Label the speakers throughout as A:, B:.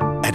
A: At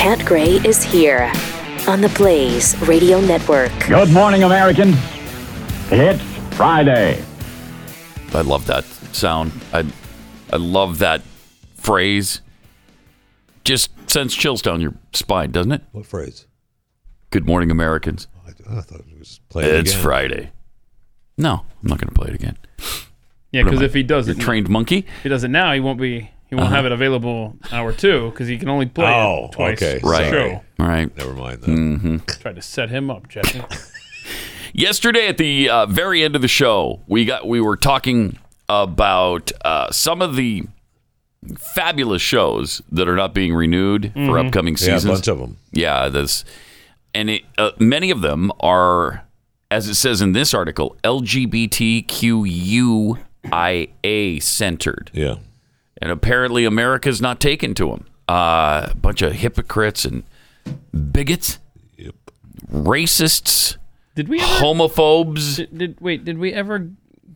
B: Pat Gray is here on the Blaze Radio Network.
C: Good morning, Americans. It's Friday.
D: I love that sound. I I love that phrase. Just sends chills down your spine, doesn't it?
E: What phrase?
D: Good morning, Americans.
E: I, I thought it was playing.
D: It's
E: again.
D: Friday. No, I'm not going to play it again.
F: Yeah,
D: What am
F: because
D: I, Uh-huh.
F: if he does
D: Your
F: it,
D: trained monkey.
F: if he does it now, he won't be. He won't have it available hour two because he can only play
E: Oh,
F: it twice.
E: okay,
D: Right.
E: sorry.
F: Show.
D: All right. Mm-hmm.
E: Never mind that.
F: Try to set him up, Jesse.
D: Yesterday at the uh, very end of the show, we got we were talking about uh, some of the fabulous shows that are not being renewed for upcoming
E: Mm-hmm. Yeah,
D: seasons.
E: a bunch of them.
D: Yeah, this, and it, uh, many of them are, as it says in this article, LGBTQIA centered,
E: Yeah.
D: and apparently America's not taken to them. Uh, a bunch of hypocrites and bigots,
E: Yep.
D: racists,
F: Did we ever?
D: homophobes.
F: Did, did wait? Did we ever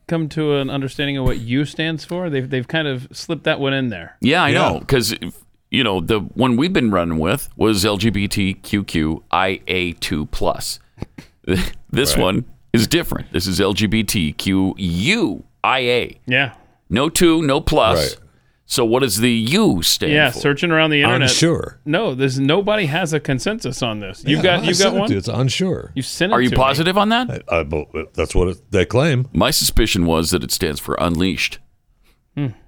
F: come to an understanding of what U stands for? They've they've kind of slipped that one in there.
D: Yeah, I know.
E: Yeah.
D: 'Cause know because you know the one we've been running with was LGBTQIA2 plus. this
E: Right.
D: one is different. This is LGBTQUIA.
F: Yeah.
D: No two, no plus.
E: Right.
D: So what does the U stand
F: Yeah.
D: for?
F: Searching around the internet.
E: Unsure.
F: No, there's nobody has a consensus on this. You've
E: Yeah,
F: got
E: I
F: you've
E: sent
F: got
E: it
F: one.
E: to you. It's unsure.
F: You sent it
D: Are you
F: to me.
D: positive on that?
E: I, I bel- that's what it, they claim.
D: My suspicion was that it stands for unleashed.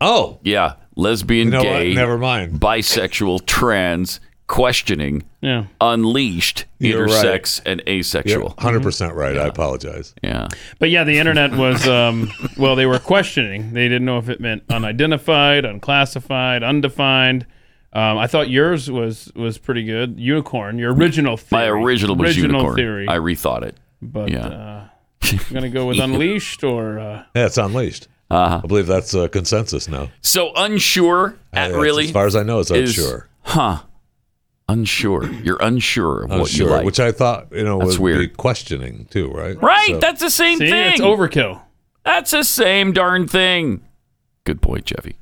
E: Oh,
D: Yeah, lesbian,
E: you know
D: gay,
E: what? Never mind.
D: bisexual, trans, questioning,
F: Yeah.
D: unleashed,
E: You're right.
D: intersex, and
E: You're
D: asexual.
E: 100% right. I apologize.
D: Yeah.
F: But yeah, the internet was um, well, they were questioning. They didn't know if it meant unidentified, unclassified, undefined. Um, I thought yours was was pretty good. Unicorn, your original theory.
D: My original was
F: original
D: unicorn.
F: theory.
D: I rethought it.
F: but
D: yeah.
F: uh, I'm gonna go with unleashed or uh,
E: Yeah, it's unleashed. Uh-huh. I believe that's uh, consensus now.
D: So unsure at
E: That's-
D: really
E: As far as I know, it's
D: is-
E: unsure.
D: Huh. Unsure. You're unsure of what you
E: Unsure,
D: like.
E: which I thought, you know,
D: That's
E: was
D: weird.
E: be questioning too, right?
D: right,
E: So-
D: that's the same
F: see,
D: thing.
F: it's overkill.
D: That's the same darn thing. Good boy, Jeffy.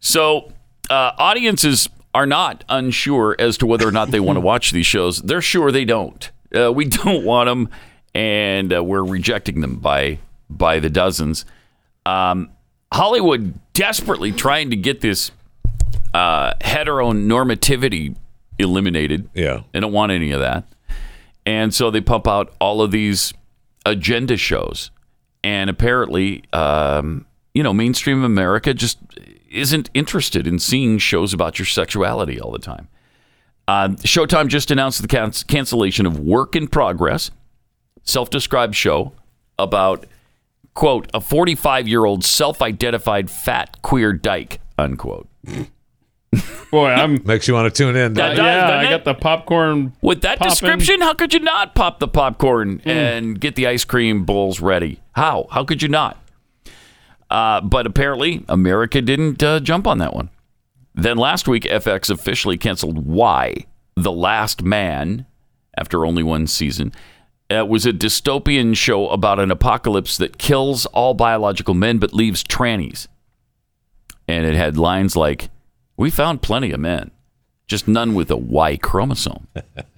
D: so, uh, audiences are not unsure as to whether or not they want to watch these shows. They're sure they don't. Uh, we don't want them, and uh, we're rejecting them by by the dozens. Um, Hollywood desperately trying to get this uh, heteronormativity eliminated.
E: Yeah.
D: They don't want any of that. And so they pump out all of these agenda shows. And apparently, um, you know, mainstream America just isn't interested in seeing shows about your sexuality all the time. Uh, Showtime just announced the can- cancellation of Work in Progress, self described show about, quote, a 45 year old self identified fat queer dyke, unquote.
F: Boy, I'm.
E: Makes you want to tune in.
D: That
E: doesn't it?
D: does,
F: yeah,
D: doesn't
F: I
D: it?
F: got the popcorn.
D: With that
F: popping.
D: description, how could you not pop the popcorn and get the ice cream bowls ready? How? How could you not? Uh, but apparently, America didn't uh, jump on that one. Then last week, FX officially canceled Why the Last Man after only one season. It was a dystopian show about an apocalypse that kills all biological men but leaves trannies. And it had lines like, We found plenty of men, just none with a Y chromosome.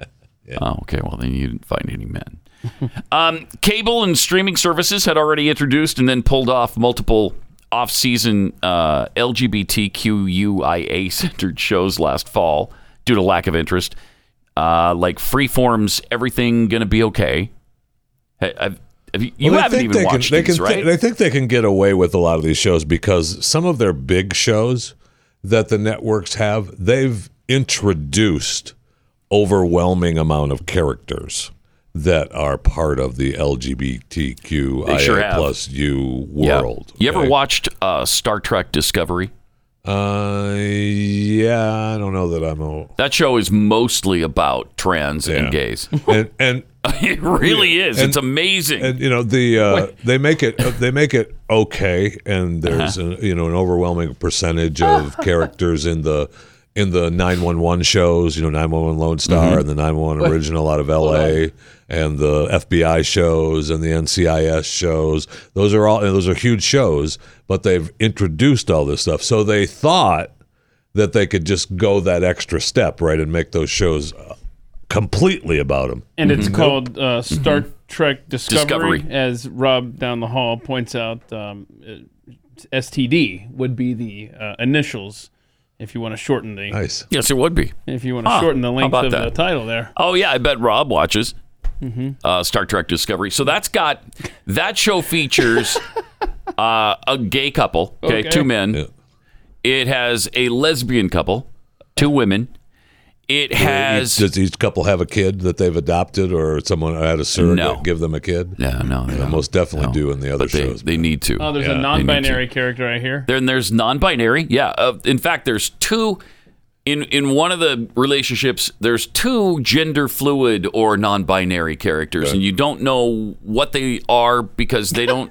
D: Oh, okay. Well, then you didn't find any men. um, cable and streaming services had already introduced and then pulled off multiple off-season uh, LGBTQIA-centered shows last fall due to lack of interest, uh, like Freeform's "Everything Gonna Be Okay." Hey, I've, have you you
E: Well, they
D: haven't
E: think
D: even
E: they can-
D: watched
E: they
D: these,
E: can
D: right?
E: thi- they think they can get away with a lot of these shows because some of their big shows that the networks have, they've introduced overwhelming amount of characters that are part of the LGBTQIA
D: They sure have.
E: plus U
D: Yeah.
E: world.
D: You ever
E: okay?
D: watched uh, Star Trek Discovery?
E: Uh, yeah, I don't know that I'm a.
D: That show is mostly about trans
E: Yeah.
D: and gays.
E: And, and
D: it really is.
E: And-
D: it's amazing.
E: and you know the uh, they make it they make it okay, and there's a, you know an overwhelming percentage of characters in the in the 911 shows, you know 911 Lone Star and the 911 Original out of L.A. and the FBI shows and the NCIS shows. Those are all and those are huge shows, but they've introduced all this stuff, so they thought that they could just go that extra step, right, and make those shows uh, completely about them.
F: and it's called uh, Star Trek Discovery,
D: Mm-hmm. Discovery.
F: as Rob down the hall points out. Um, it- STD would be the uh, initials, if you want to shorten the
E: Nice.
D: yes, it would be.
F: if you want to
D: Huh,
F: shorten the
D: Ah, how
F: length
D: about
F: of the
D: that?
F: title there.
D: Oh yeah, I bet Rob watches
F: Mm-hmm.
D: uh, Star Trek Discovery. So that's got that show features uh, a gay couple, okay,
F: Okay.
D: two men.
E: Yeah.
D: It has a lesbian couple, two women. It has
E: Does each couple have a kid that they've adopted, or someone had a surrogate
D: No.
E: give them a kid?
D: no, no, they
E: They most definitely
D: No.
E: do in the other
D: but they,
E: shows.
D: they need to.
F: Oh, there's
E: Yeah, they
F: a
E: need
F: non-binary character I hear.
D: Then there's non-binary. Yeah. Uh, in fact, there's two. In in one of the relationships, there's two gender fluid or non-binary characters, and you don't know what they are because they don't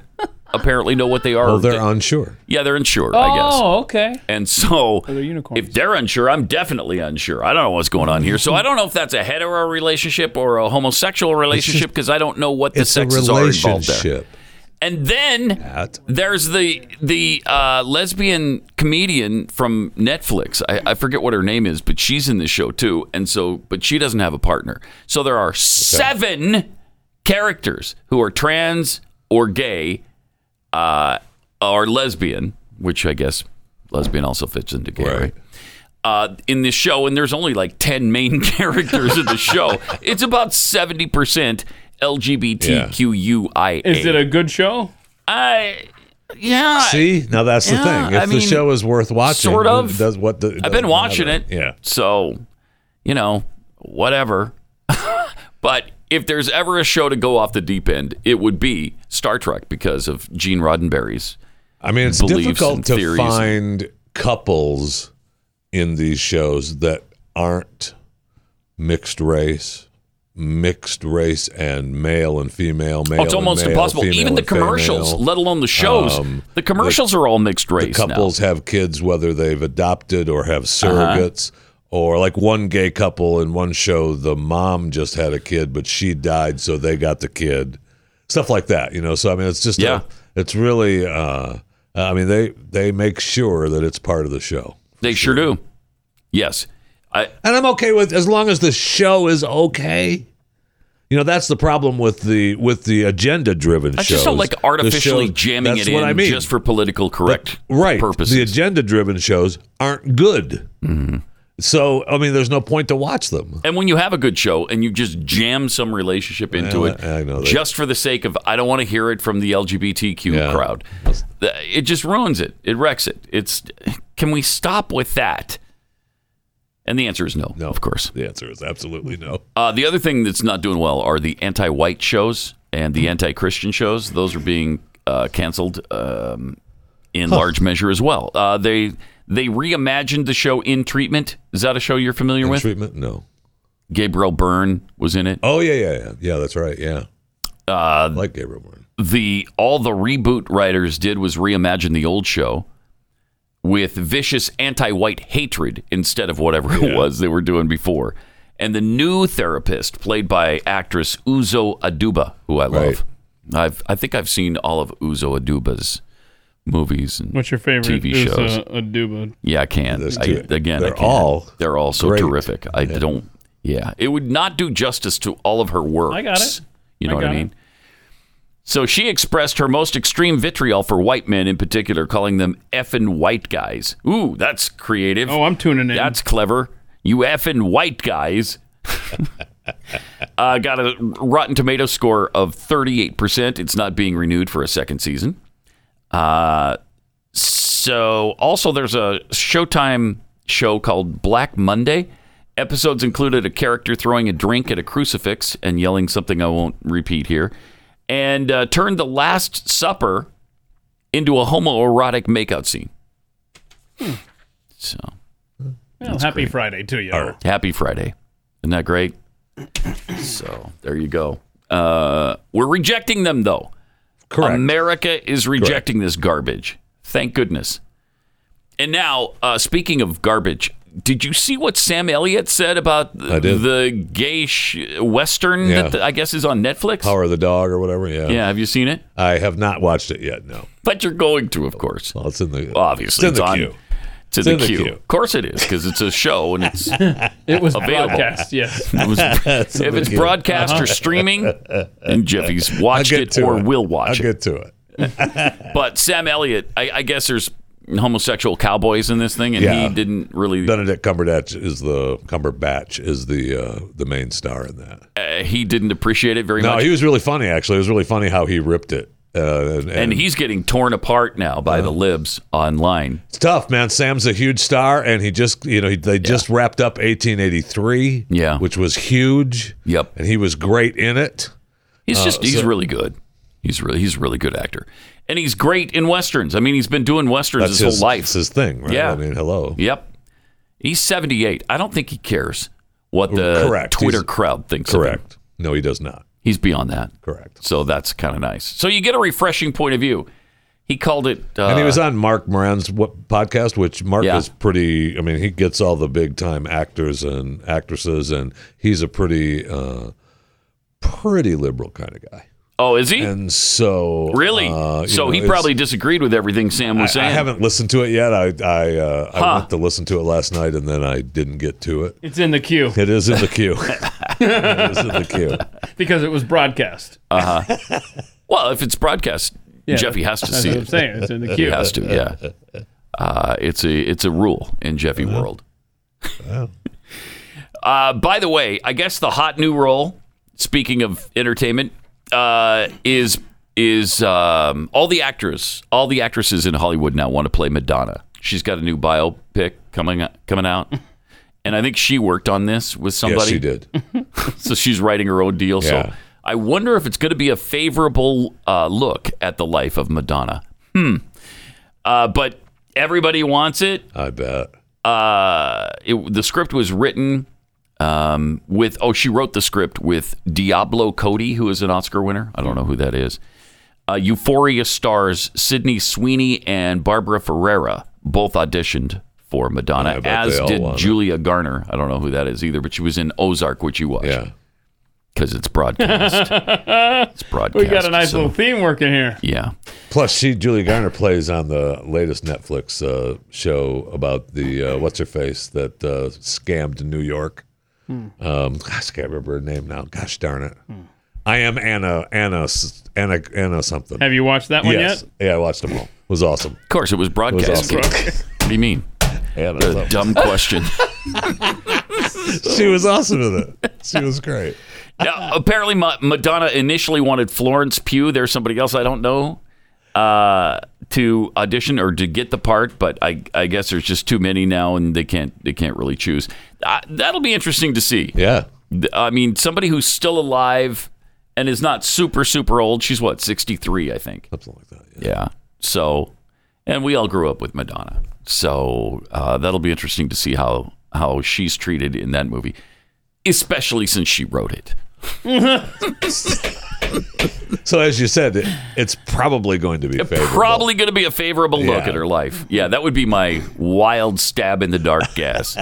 D: apparently know what they are.
E: well, they're
D: They-
E: unsure.
D: yeah, they're unsure, I guess.
F: Oh, okay.
D: And so,
F: they're unicorns.
D: if they're unsure, I'm definitely unsure. I don't know what's going on here. So I don't know if that's a hetero relationship or a homosexual relationship because I don't know what the
E: It's a
D: sexes are involved there.
E: relationship.
D: And then
E: Pat.
D: there's the the uh, lesbian comedian from Netflix. I, I forget what her name is, but she's in this show too. And so, but she doesn't have a partner. So there are seven characters who are trans or gay uh, or lesbian, which I guess lesbian also fits into gay, right?
E: Right.
D: Uh, in this show, and there's only like 10 main characters in the show. It's about 70% LGBTQIA.
F: Is it a good show?
D: I yeah.
E: See, now that's the
D: Yeah,
E: thing. If
D: I
E: the
D: mean,
E: show is worth watching,
D: sort of.
E: it Does what? the- it
D: I've been
E: doesn't
D: watching
E: matter.
D: it.
E: Yeah.
D: So, you know, whatever. but if there's ever a show to go off the deep end, it would be Star Trek because of Gene Roddenberry's.
E: I mean, it's
D: beliefs
E: difficult
D: and
E: to
D: theories.
E: find couples in these shows that aren't mixed race, mixed race, and male and female, male.
D: Oh, it's
E: and
D: almost
E: male,
D: impossible.
E: female
D: Even the
E: and
D: commercials,
E: female.
D: let alone the shows.
E: Um,
D: the commercials are all mixed race. now. Uh-huh.
E: couples have kids whether they've adopted or have surrogates or like one gay couple in one show the mom just had a kid but she died so they got the kid stuff like that you know so i mean it's just a-
D: Yeah.
E: it's really uh i mean they they make sure that it's part of the show
D: They sure do. Yes. I,
E: and i'm okay with as long as the show is okay you know that's the problem with the with the agenda driven shows.
D: I just don't like
E: The
D: artificially
E: shows-
D: jamming
E: that's
D: it
E: what
D: in
E: I mean.
D: just for political correct
E: right
D: purposes. Mm-hmm.
E: the agenda driven shows aren't good so i mean there's no point to watch them
D: And when you have a good show and you just jam some relationship into
E: Well, uh,
D: it,
E: I- I know that.
D: just for the sake of I don't want to hear it from the LGBTQ
E: Yeah.
D: crowd, th- it just ruins it. It wrecks it. It's can we stop with that? And the answer is no.
E: no
D: of course.
E: the answer is absolutely no
D: Uh, the other thing that's not doing well are the anti-white shows and
E: Hmm.
D: the anti-Christian shows. Those are being uh, canceled um, in large measure as well. Uh, they they reimagined the show In Treatment. Is that a show you're familiar
E: And
D: with?
E: treatment no
D: Gabriel Byrne was in it.
E: oh yeah yeah yeah yeah that's right yeah uh like gabriel Byrne.
D: the all the reboot writers did was reimagine the old show with vicious anti-white hatred instead of whatever it was they were doing before. And the new therapist, played by actress Uzo Aduba, who I love, I've I think I've seen all of Uzo Aduba's movies and
F: What's your favorite
D: TV shows.
F: Usa Aduba?
D: Yeah, I can't.
E: There's
D: I,
E: two.
D: again, I
E: They're
D: can't.
E: all
D: they're all so
E: great.
D: terrific. I don't. Yeah, it would not do justice to all of her works.
F: I got it.
D: You
F: I
D: know what I
F: got it.
D: mean? So she expressed her most extreme vitriol for white men in particular, calling them effing white guys. Ooh, that's creative.
F: Oh, I'm tuning in.
D: That's clever. You effing white guys. uh, got a Rotten Tomato score of 38%. It's not being renewed for a second season. Uh, so, also, there's a Showtime show called Black Monday, Episodes included a character throwing a drink at a crucifix and yelling something I won't repeat here, and uh, turned the Last Supper into a homoerotic makeout scene. So
F: Well, happy Friday to you.
D: happy Friday. Isn't that great? so there you go. Uh, we're rejecting them, though.
E: Correct.
D: America is rejecting this garbage. Thank goodness. And now, uh, speaking of garbage, did you see what Sam Elliott said about the,
E: I did.
D: the gay sh- Western
E: Yeah.
D: that I guess is on Netflix?
E: Power of the Dog or whatever. Yeah.
D: Yeah, have you seen it?
E: I have not watched it yet. No.
D: But you're going to, of course.
E: Well, it's in the
D: Obviously,
E: it's in the
D: on-
E: queue.
D: It's in,
E: It's in
D: the,
E: the
D: queue.
E: queue.
D: Of course it is, because it's a show and it's
F: It was
D: Available.
F: broadcast. Yes.
D: It was-
E: a
D: if
E: good
D: it's
E: game.
D: broadcast or streaming, and Jeffy's
E: I'll
D: watched
E: get
D: it
E: to
D: or
E: it.
D: will watch
E: I'll
D: it.
E: get to it.
D: But Sam Elliott, I, I guess there's homosexual cowboys in this thing, and
E: Yeah.
D: he didn't really.
E: Benedict Cumberbatch is the Cumberbatch is the uh, the main star in that.
D: Uh, he didn't appreciate it very
E: No,
D: much.
E: he was really funny. Actually, it was really funny how he ripped it. Uh, and,
D: and he's getting torn apart now by the libs online.
E: it's tough, man. Sam's a huge star, and he just you know he, they just wrapped up 1883,
D: Yeah.
E: which was huge.
D: Yep.
E: and he was great in it. Uh,
D: He's just he's really good. He's really he's a really good actor, and he's great in westerns. I mean, he's been doing westerns
E: That's
D: his whole life.
E: That's his thing. Right?
D: Yeah.
E: I mean, hello.
D: Yep. He's 78. I don't think he cares what the
E: Correct.
D: Twitter
E: He's-
D: crowd thinks of him.
E: Correct. No, he does not.
D: He's beyond that.
E: Correct.
D: So that's kind of nice. So you get a refreshing point of view. He called it. Uh,
E: And he was on Mark Moran's what, podcast, which Mark
D: Yeah.
E: is pretty. I mean, he gets all the big time actors and actresses, and he's a pretty, uh, pretty liberal kind of guy.
D: oh, is he
E: And so,
D: really?
E: uh, you
D: so
E: know,
D: he
E: it's-
D: probably disagreed with everything Sam
E: I,
D: was
E: I
D: saying.
E: haven't listened to it yet. I I, uh,
D: Huh.
E: I went to listen to it last night, and then I didn't get to it.
F: It's in the queue
E: It is in the queue. it is in the queue.
F: because it was broadcast.
D: Well, if it's broadcast, Um, Jeffy has to
F: That's
D: see
F: what I'm
D: it.
F: saying. It's in the queue.
D: He has to. Yeah. Uh, it's a it's a rule in Jeffy
E: Uh-huh.
D: world. uh, by the way, I guess the hot new role. Speaking of entertainment, uh, is is um, all the actors all the actresses in Hollywood now want to play Madonna. She's got a new biopic coming coming out, and I think she worked on this with somebody
E: Yes, she did.
D: so she's writing her own deal. So
E: Yeah.
D: I wonder if it's going to be a favorable uh, look at the life of Madonna. Hmm. Uh, but everybody wants it.
E: I bet.
D: Uh, it. The script was written um, with. Oh, she wrote the script with Diablo Cody, who is an Oscar winner. I don't know who that is. Uh, Euphoria stars Sydney Sweeney and Barbara Ferreira both auditioned for
E: Yeah,
D: Madonna,
E: I bet
D: as
E: they all
D: did
E: want it.
D: Julia Garner. I don't know who that is either, but she was in Ozark, which you watched
E: Yeah.
D: because it's broadcast. it's broadcast.
F: We got a nice
D: so-
F: little theme working here.
D: Yeah.
E: Plus, she Julia Garner plays on the latest Netflix uh, show about the uh, what's her face that uh, scammed New York.
F: Hmm.
E: Um, gosh, I can't remember her name now. Gosh darn it! I am Anna Anna S- Anna Anna something.
F: Have you watched that one
E: yes,
F: yet?
E: yeah, I watched them all. It was awesome.
D: Of course, it was
E: It was
D: broadcast.
E: awesome.
D: What do you mean?
E: Anna,
D: A
E: something.
D: dumb question.
E: she was awesome in it. She was great.
D: now, apparently, Ma- Madonna initially wanted Florence Pugh. There's somebody else I don't know uh, to audition or to get the part, but I, I guess there's just too many now, and they can't they can't really choose. Uh, that'll be interesting to see.
E: Yeah,
D: Th- I mean, somebody who's still alive and is not super super old. She's what 63, I think.
E: something like that. Yeah.
D: Yeah. So, and we all grew up with Madonna. So uh, that'll be interesting to see how how she's treated in that movie, especially since she wrote it.
E: So as you said, it, it's probably going to be favorable.
D: Probably going to be a favorable look
E: Yeah.
D: at her life. Yeah, that would be my wild stab in the dark guess.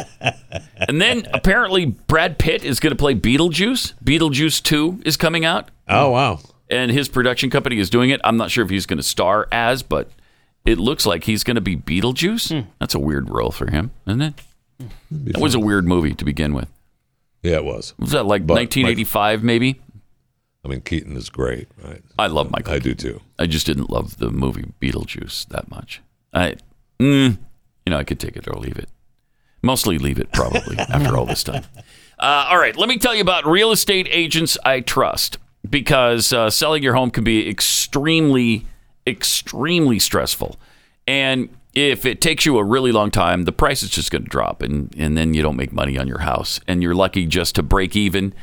D: and then apparently Brad Pitt is going to play Beetlejuice. Beetlejuice Two is coming out,
E: Oh wow.
D: and his production company is doing it. I'm not sure if he's going to star as, but it looks like he's going to be Beetlejuice.
E: Hmm.
D: That's a weird role for him, isn't it? It was a weird movie to begin with.
E: Yeah, it was.
D: Was that like
E: But-
D: 1985, maybe?
E: I mean, Keaton is great, right?
D: I love Michael.
E: I do too.
D: I just didn't love the movie Beetlejuice that much. I, mm, you know, I could take it or leave it. Mostly leave it, probably, after all this time. Uh, all right, let me tell you about real estate agents I trust because uh, selling your home can be extremely, extremely stressful. And if it takes you a really long time, the price is just going to drop, and, and then you don't make money on your house, and you're lucky just to break even.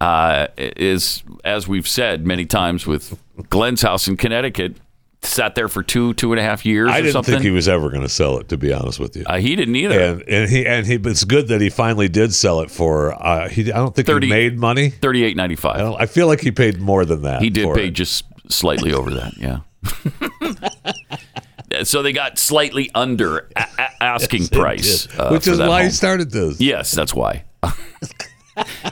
D: Uh, is as we've said many times with Glenn's house in Connecticut, sat there for two two and a half years.
E: I
D: or
E: didn't
D: something.
E: think he was ever going to sell it, to be honest with you.
D: Uh, he didn't either.
E: and and he and he, but it's good that he finally did sell it for. Uh, he, I don't think
D: 30
E: he made money.
D: Thirty-eight ninety-five.
E: I, don't, I feel like he paid more than that.
D: He did
E: for
D: pay
E: it.
D: just slightly over that, yeah. so they got slightly under a- a- asking
E: It
D: price,
E: did.
D: uh,
E: which
D: for
E: is
D: that
E: why he
D: home.
E: started this.
D: Yes, that's why.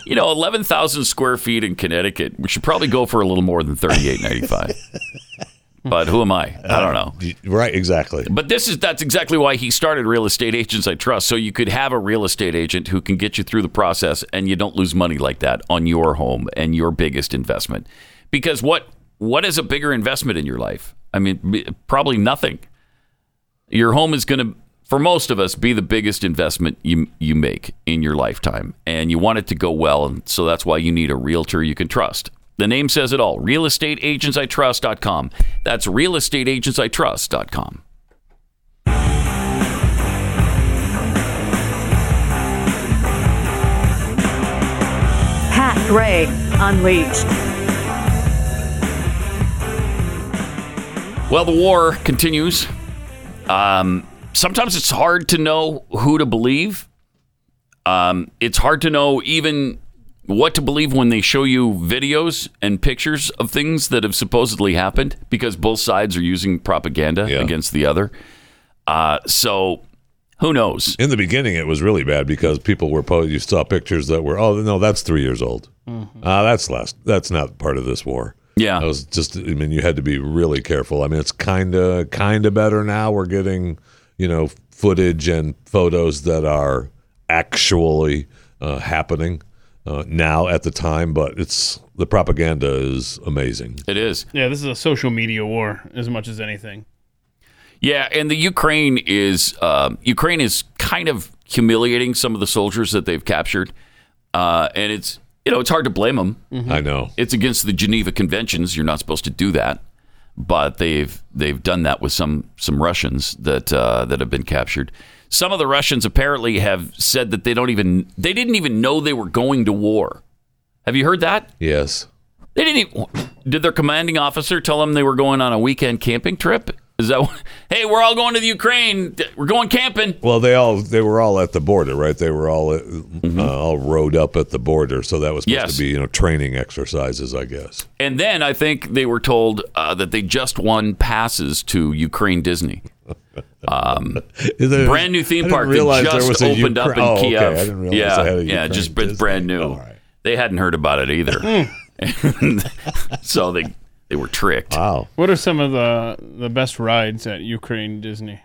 D: you know, eleven thousand square feet in Connecticut. We should probably go for a little more than thirty-eight ninety-five. but who am I? I don't know.
E: Y- Right, exactly.
D: But this is that's exactly why he started Real Estate Agents I Trust, so you could have a real estate agent who can get you through the process and you don't lose money like that on your home and your biggest investment. Because what what is a bigger investment in your life? I mean, b- probably nothing. Your home is going to for most of us be the biggest investment you you make in your lifetime and you want it to go well and so that's why you need a realtor you can trust. The name says it all. realestateagentsitrust.com. That's realestateagentsitrust.com.
G: Pat Gray Unleashed.
D: Well, the war continues. Um, sometimes it's hard to know who to believe. Um, it's hard to know even what to believe when they show you videos and pictures of things that have supposedly happened because both sides are using propaganda
E: Yeah.
D: against the other. Uh, so who knows?
E: In the beginning, it was really bad because people were posting. You saw pictures that were, oh no, that's three years old.
D: Mm-hmm.
E: Uh, that's last. That's not part of this war.
D: Yeah.
E: I was just. I mean, you had to be really careful. I mean, it's kind of kind of better now. We're getting you know footage and photos that are actually uh, happening uh, now at the time, but it's the propaganda is amazing.
D: It is.
F: Yeah, this is a social media war as much as anything.
D: Yeah, and the Ukraine is um Ukraine is kind of humiliating some of the soldiers that they've captured, uh, and it's you know it's hard to blame them.
E: I know.
D: it's against the Geneva Conventions. You're not supposed to do that, but they've they've done that with some some Russians that uh, that have been captured. Some of the Russians apparently have said that they don't even they didn't even know they were going to war. Have you heard that?
E: Yes.
D: They didn't. Even, did their commanding officer tell them they were going on a weekend camping trip? Is that what, hey, we're all going to the Ukraine. We're going camping.
E: Well, they all they were all at the border, right? They were all uh, uh, all rode up at the border, so that was supposed
D: Mm-hmm. Yes.
E: to be you know training exercises, I guess.
D: And then I think they were told uh, that they just won passes to Ukraine Disney. brand new theme park that just opened up in
E: oh, okay.
D: Kiev.
E: I didn't realize
D: yeah,
E: they had a
D: yeah, just
E: Ukraine
D: it's brand
E: Disney.
D: new.
E: All right. Hmm.
D: They hadn't heard about it either, And so they they were tricked.
E: Wow.
F: What are some of the the best rides at Ukraine Disney?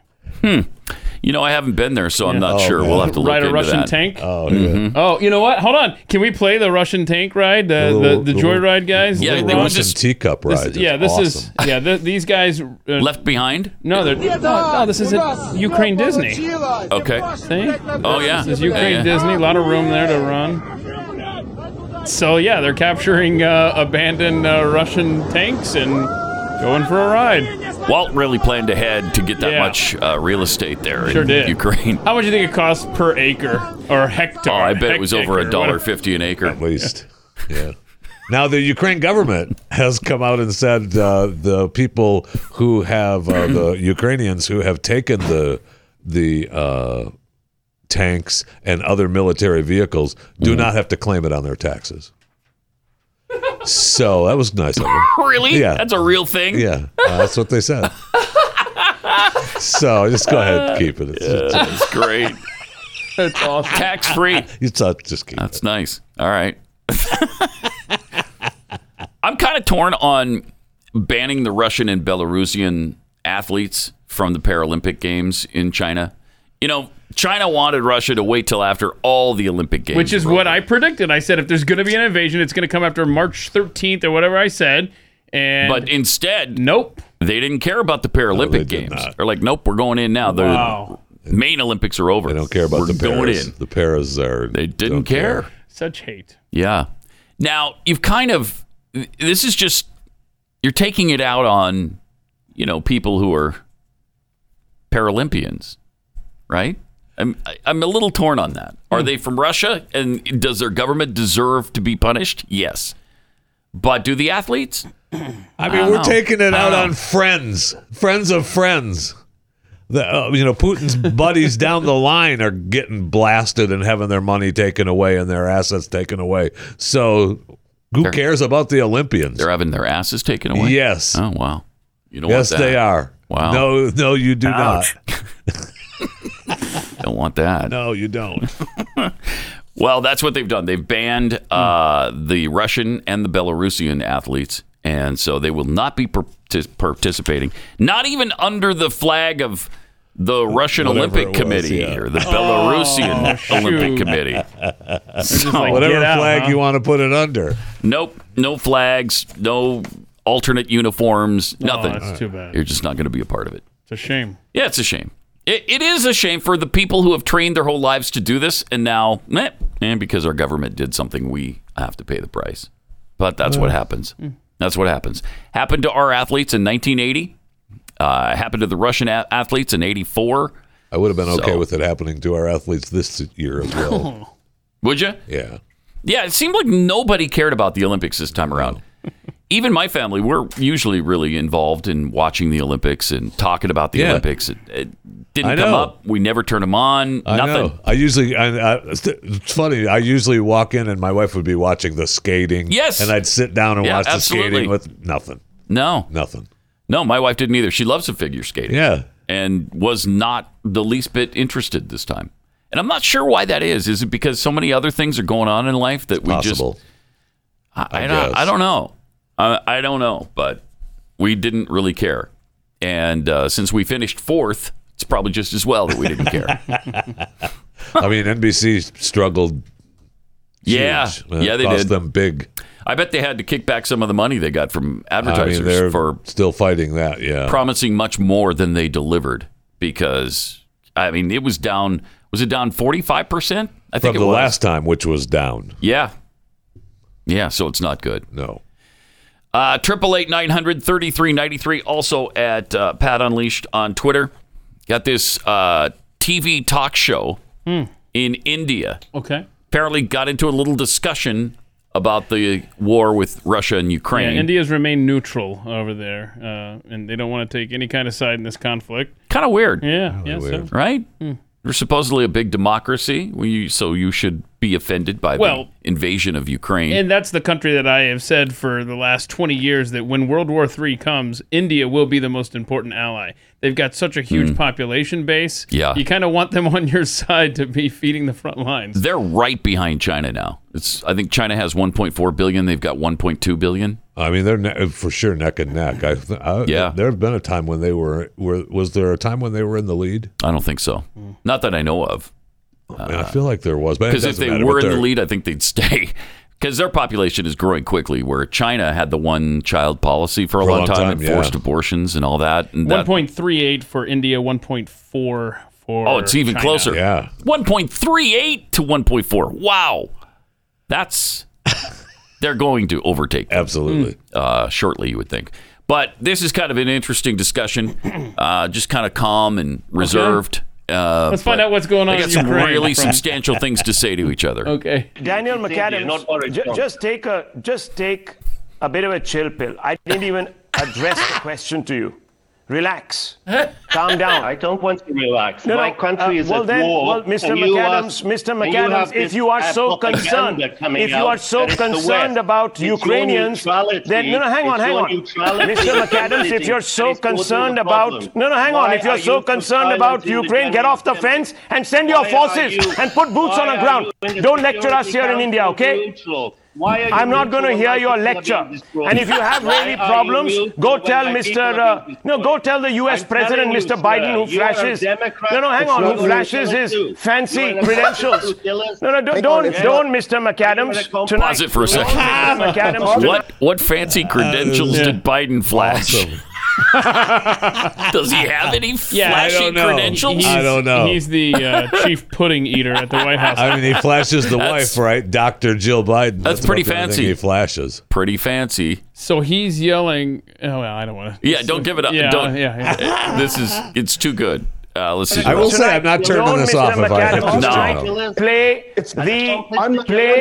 D: You know, I haven't been there, so I'm not sure.
E: Oh, man.
D: We'll have to look
F: Ride a
D: into
F: Russian
D: that. Uh,
F: tank?
E: Oh, yeah.
F: Oh, you know what? Hold on. Can we play the Russian tank ride? The
E: little-
F: the, the
E: the
F: joyride guys?
D: Yeah,
F: The
D: they
F: Russian-
D: went
E: Russian
D: just-
E: teacup
F: this-
E: ride. is
F: yeah, this is
E: awesome.
F: yeah. The, these guys uh,
D: Left behind?
F: No, they're no, no. This is at Ukraine Disney.
D: Okay.
F: See?
D: Oh yeah,
F: This is Ukraine
D: Yeah, yeah.
F: Disney. A lot of room there to run. So yeah, they're capturing uh, abandoned uh, Russian tanks and going for a ride.
D: Walt really planned ahead to get that
F: Yeah.
D: much uh, real estate there
F: Sure
D: in
F: did.
D: Ukraine.
F: How much do you think it costs per acre or hectare?
D: Oh, I bet it was over a
F: Hectare,
D: dollar
F: whatever.
D: fifty an acre.
E: at least. yeah. Now the Ukraine government has come out and said uh, the people who have uh, the Ukrainians who have taken the the uh, tanks and other military vehicles do not have to claim it on their taxes. So that was nice of them.
D: Really?
E: Yeah.
D: That's a real thing.
E: Yeah, uh, that's what they said. So just go ahead, and keep it. It's, it's-
D: That's great. That's awesome. Tax free.
E: it's not- just keep it.
D: That's nice. All right. I'm kind of torn on banning the Russian and Belarusian athletes from the Paralympic Games in China. You know, China wanted Russia to wait till after all the Olympic Games.
F: Which is
D: were
F: what I predicted. I said if there's going to be an invasion, it's going to come after March 13th or whatever I said. And
D: But instead,
F: nope.
D: they didn't care about the Paralympic
E: did
D: Games.
E: not.
D: They're like, nope, we're going in now. The
F: Wow.
D: main Olympics are over.
E: They don't care about
D: we're
E: the Paris.
D: going in.
E: The Paris are.
D: They didn't
E: don't
D: care.
F: Such hate.
D: Yeah. Now you've kind of this is just you're taking it out on you know people who are Paralympians, right? I'm, I- I'm a little torn on that.
E: Hmm.
D: Are they from Russia? And does their government deserve to be punished? Yes. But do the athletes?
E: I
D: I
E: mean,
D: don't
E: we're
D: know.
E: taking it
D: I
E: out
D: don't
E: on
D: know.
E: friends, friends of friends. The, uh, you know, Putin's buddies down the line are getting blasted and having their money taken away and their assets taken away. So, who cares about the Olympians?
D: They're having their asses taken away?
E: Yes,
D: Oh, wow. You don't
E: yes,
D: want that.
E: they are.
D: Wow.
E: No, no, you do not.
D: Don't want that.
E: No, you don't.
D: Well, that's what they've done. They've banned uh,
E: Hmm.
D: the Russian and the Belarusian athletes, and so they will not be par- tis- participating. Not even under the flag of the Russian
E: Whatever it
D: Olympic
E: was,
D: Committee
E: yeah. Oh,
D: or the Belarusian Olympic
F: shoot.
D: Committee.
F: Just like,
E: Whatever
F: get out,
E: flag
F: huh?
E: you want to put it under.
D: Nope, no flags, no alternate uniforms,
F: Oh,
D: nothing.
F: that's too bad.
D: You're just not going to be a part of it.
F: It's a shame.
D: Yeah, it's a shame. It, it is a shame for the people who have trained their whole lives to do this, and now, meh, and because our government did something, we have to pay the price. But that's what happens.
E: Hmm.
D: That's what happens. Happened to our athletes in 1980. Uh, happened to the Russian a- athletes in '84.
E: I would have been okay
D: So-
E: with it happening to our athletes this year as well.
D: Would you?
E: yeah.
D: Yeah, it seemed like nobody cared about the Olympics this time around. Even my family, we're usually really involved in watching the Olympics and talking about the
E: Yeah.
D: Olympics. It, it didn't
E: I
D: come
E: know.
D: up. We never turn them on.
E: I
D: nothing.
E: know. I usually, I, I, it's funny. I usually walk in and my wife would be watching the skating.
D: Yes.
E: And I'd sit down and
D: Yeah,
E: watch the
D: absolutely.
E: skating with nothing,
D: No,
E: nothing.
D: no, my wife didn't either. She loves the figure skating.
E: Yeah.
D: and was not the least bit interested this time. And I'm not sure why that is. Is it because so many other things are going on in life that we
E: Possible.
D: just I, I,
E: I
D: don't, I
E: guess.
D: don't know. I, I don't know, but we didn't really care. And uh, since we finished fourth, it's probably just as well that we didn't care.
E: I mean, NBC struggled.
D: yeah,
E: huge. It
D: yeah, they
E: cost
D: did.
E: them big.
D: I bet they had to kick back some of the money they got from
E: I
D: advertisers
E: mean, they're
D: for
E: still fighting that. Yeah.
D: promising much more than they delivered because I mean it was down. Was it down forty five percent? I think
E: From
D: it
E: the
D: was.
E: last time, which was down.
D: Yeah. Yeah, so it's not good. Uh,
E: No.
D: Triple eight nine hundred thirty three ninety three. Also at uh, Pat Unleashed on Twitter. Got this uh, TV talk show
E: Hmm.
D: in India.
F: Okay.
D: Apparently, got into a little discussion about the war with Russia and
F: Yeah,
D: Ukraine.
F: India's remained neutral over there, uh, and they don't want to take any kind of side in this conflict.
D: kind of weird,
F: Yeah. yeah. So,
D: right?
F: Hmm.
D: You're supposedly a big democracy, well, you- so you should be offended by
F: Well-
D: the invasion of Ukraine.
F: and that's the country that I have said for the last 20 years that when World War III comes, India will be the most important ally. They've got such a huge population base.
D: Yeah.
F: You kind of want them on your side to be feeding the front lines.
D: They're right behind China now. It's I think China has 1.4 billion. They've got 1.2 billion.
E: I mean, they're ne- for sure neck and neck. I, I,
D: Yeah.
E: There have been a time when they were, were. Was there a time when they were in the lead?
D: I don't think so.
F: Hmm.
D: Not that I know of.
E: I, mean, I feel like there was.
D: Because Uh, if they were in the lead, I think they'd stay. Because their population is growing quickly, where China had the one child policy for a long, time, and
E: yeah.
D: forced abortions and all that. And that
F: 1.38 for India, 1.4 for.
D: oh, it's even
F: China.
D: closer.
E: Yeah.
D: 1.38 to 1.4. Wow. That's. they're going to overtake them,
E: Absolutely.
D: uh, shortly, you would think. But this is kind of an interesting discussion, uh, just kind of calm and reserved. Uh,
F: Let's find
D: but
F: out what's going on
D: They
F: in
D: got some
F: Ukraine
D: really
F: from-
D: substantial things to say to each other.
F: Okay.
H: Daniel McAdams, ju- just take a just take a bit of a chill pill. I didn't even address the question to you. Relax. Calm down.
I: I don't want to relax.
H: No, no,
I: My country
H: uh,
I: is
H: well
I: at
H: then,
I: war.
H: Well, Mr.
I: and you are-
H: McAdams, Mr.
I: and you
H: McAdams,
I: have
H: if
I: this,
H: you are
I: uh,
H: so
I: propaganda
H: concerned,
I: coming
H: if you
I: out
H: are so
I: against the
H: concerned
I: West,
H: about
I: it's your
H: Ukrainians,
I: neutrality,
H: then no, no, hang on,
I: it's
H: hang
I: your
H: on,
I: neutrality
H: Mr.
I: that is
H: McAdams, if you're so
I: causing the
H: concerned
I: problem.
H: about no, no, hang on,
I: Why
H: if you're
I: are
H: so
I: you
H: concerned
I: silencing
H: about
I: the General
H: Ukraine, get off the
I: Assembly?
H: fence and send your
I: Why are
H: forces
I: you-
H: and put boots
I: why
H: on the
I: are
H: ground.
I: you in the
H: Don't lecture us
I: Security
H: here in India,
I: Council
H: okay?
I: neutral? Why are you
H: I'm not
I: neutral
H: going to hear
I: when my
H: your
I: people are
H: lecture.
I: being destroyed?
H: And if you have
I: Why
H: really
I: are you
H: problems,
I: neutral
H: go
I: when
H: tell
I: my people
H: Mr.
I: are
H: Uh,
I: being
H: no, go
I: destroyed?
H: tell the U.S.
I: I'm
H: President,
I: telling
H: Mr.
I: you,
H: Biden,
I: sir,
H: who
I: you are a
H: flashes.
I: Democrat.
H: No, no, hang
I: It's
H: on,
I: not
H: who
I: a
H: flashes his
I: nationalist. You
H: fancy
I: are a
H: credentials.
I: nationalist.
H: No, no, don't,
I: Take
H: don't,
I: on
H: don't,
I: it.
H: Mr.
I: Take
H: McAdams.
I: on it.
H: Tonight,
D: Pause it for a
H: Don't,
D: second.
F: Ah,
H: Mr. McAdams.
D: What what fancy credentials
F: Uh, yeah.
D: did Biden flash?
E: Awesome.
D: Does he have any
F: I
D: flashy
E: don't know.
D: credentials?
E: I don't know.
F: He's the uh, chief pudding eater at the White House.
E: I mean, he flashes the wife, right? Dr. Jill Biden.
D: That's
E: about
D: pretty
E: the only thing
D: fancy.
E: He flashes.
D: Pretty fancy.
F: so he's yelling. Oh, well, I don't want to.
D: Yeah, don't give it up.
F: Yeah,
D: don't.
F: yeah, yeah.
D: This is it's too good. Uh, let's see.
E: I will say I'm not
H: Tonight,
E: turning
H: don't,
E: this
H: Mr.
E: off if I have
H: McAdams,
D: No.
E: this job.
H: tonight, Play the play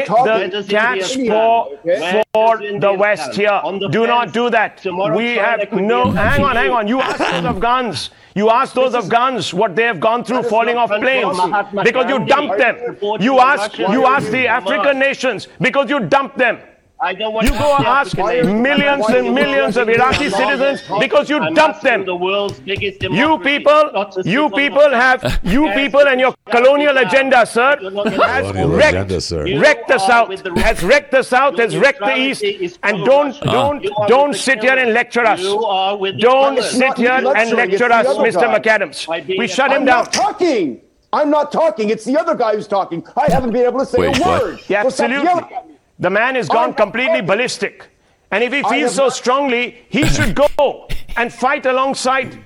H: the catch for for the West here. Do not do that. We have no. Hang on, hang on. You ask those Afghans. You ask those Afghans what they have gone through falling off planes because you dumped them. You ask you ask the African nations because you dumped them.
I: I don't want
H: You
I: to
H: go
I: ask the
H: ask
I: African American
H: millions
I: people
H: and
I: why they
H: millions
I: were
H: of Iraqi
I: not allowed
H: citizens
I: to vote.
H: because you
I: I'm
H: dumped
I: asking
H: them.
I: The world's biggest
H: You
I: democracy,
H: people,
I: not to sit
H: you
I: on the
H: people
I: fence.
H: have, you
I: Yes,
H: people and your
I: exactly
H: colonial
I: that.
H: agenda, sir,
I: You're not gonna
H: has
E: Colonial
H: wrecked,
E: agenda, sir.
H: wrecked the
I: You are
H: south,
I: with the-
H: has wrecked the south,
I: Your
H: has wrecked the east,
I: neutrality is
H: and
I: full
H: don't,
I: of
H: don't,
I: You are
H: don't
I: with the
H: sit here and
I: killers.
H: lecture us.
I: You are with the
H: Don't
I: killers.
H: sit
I: It's not me
H: here and
I: lecturing,
H: lecture
I: it's
H: us,
I: the other
H: Mr.
I: guy. By
H: McAdams.
I: being
H: We
I: a
H: shut
I: I'm
H: him down.
J: talking. I'm not talking. It's the other guy who's talking. I haven't been able to say
D: Wait,
J: a
D: what?
J: word.
H: Yeah,
J: So stop
H: absolutely.
J: yelling at me.
H: The man has
J: I'm
H: gone
J: not
H: completely
J: talking.
H: ballistic. And if he
J: I
H: feels
J: am
H: so
J: not-
H: strongly, he should go and fight alongside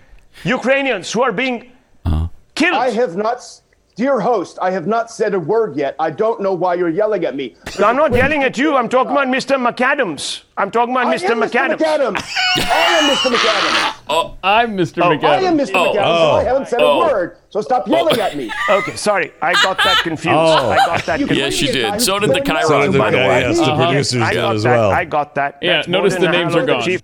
H: Ukrainians who are being killed.
J: I have not, s- dear host, I have not said a word yet. I don't know why you're yelling at me.
H: So I'm not yelling at you. I'm talking about Mr. McAdams. I'm talking about
J: I
H: Mr.
J: am
H: McAdams.
J: I am Mr. McAdams.
F: I'm Mr.
J: I
F: McAdams.
J: am Mr.
D: Oh,
J: McAdams. and I haven't said
D: oh.
J: a word. So stop yelling at me.
H: Okay, sorry. I got that confused.
E: Oh.
H: I got that confused.
D: Yes, you
J: Idiot guy
D: did.
J: who's
D: So did the
J: putting up
E: So
D: Kairos,
E: the
D: by the
E: guy
D: way.
E: asked the
F: Uh-huh.
E: producers
H: I got
E: did as
H: that.
E: well.
H: I got that.
F: Yeah,
H: That's more
F: notice
H: than
F: the
H: a
F: names
H: hello
F: are
H: to
F: gone.
H: Chief.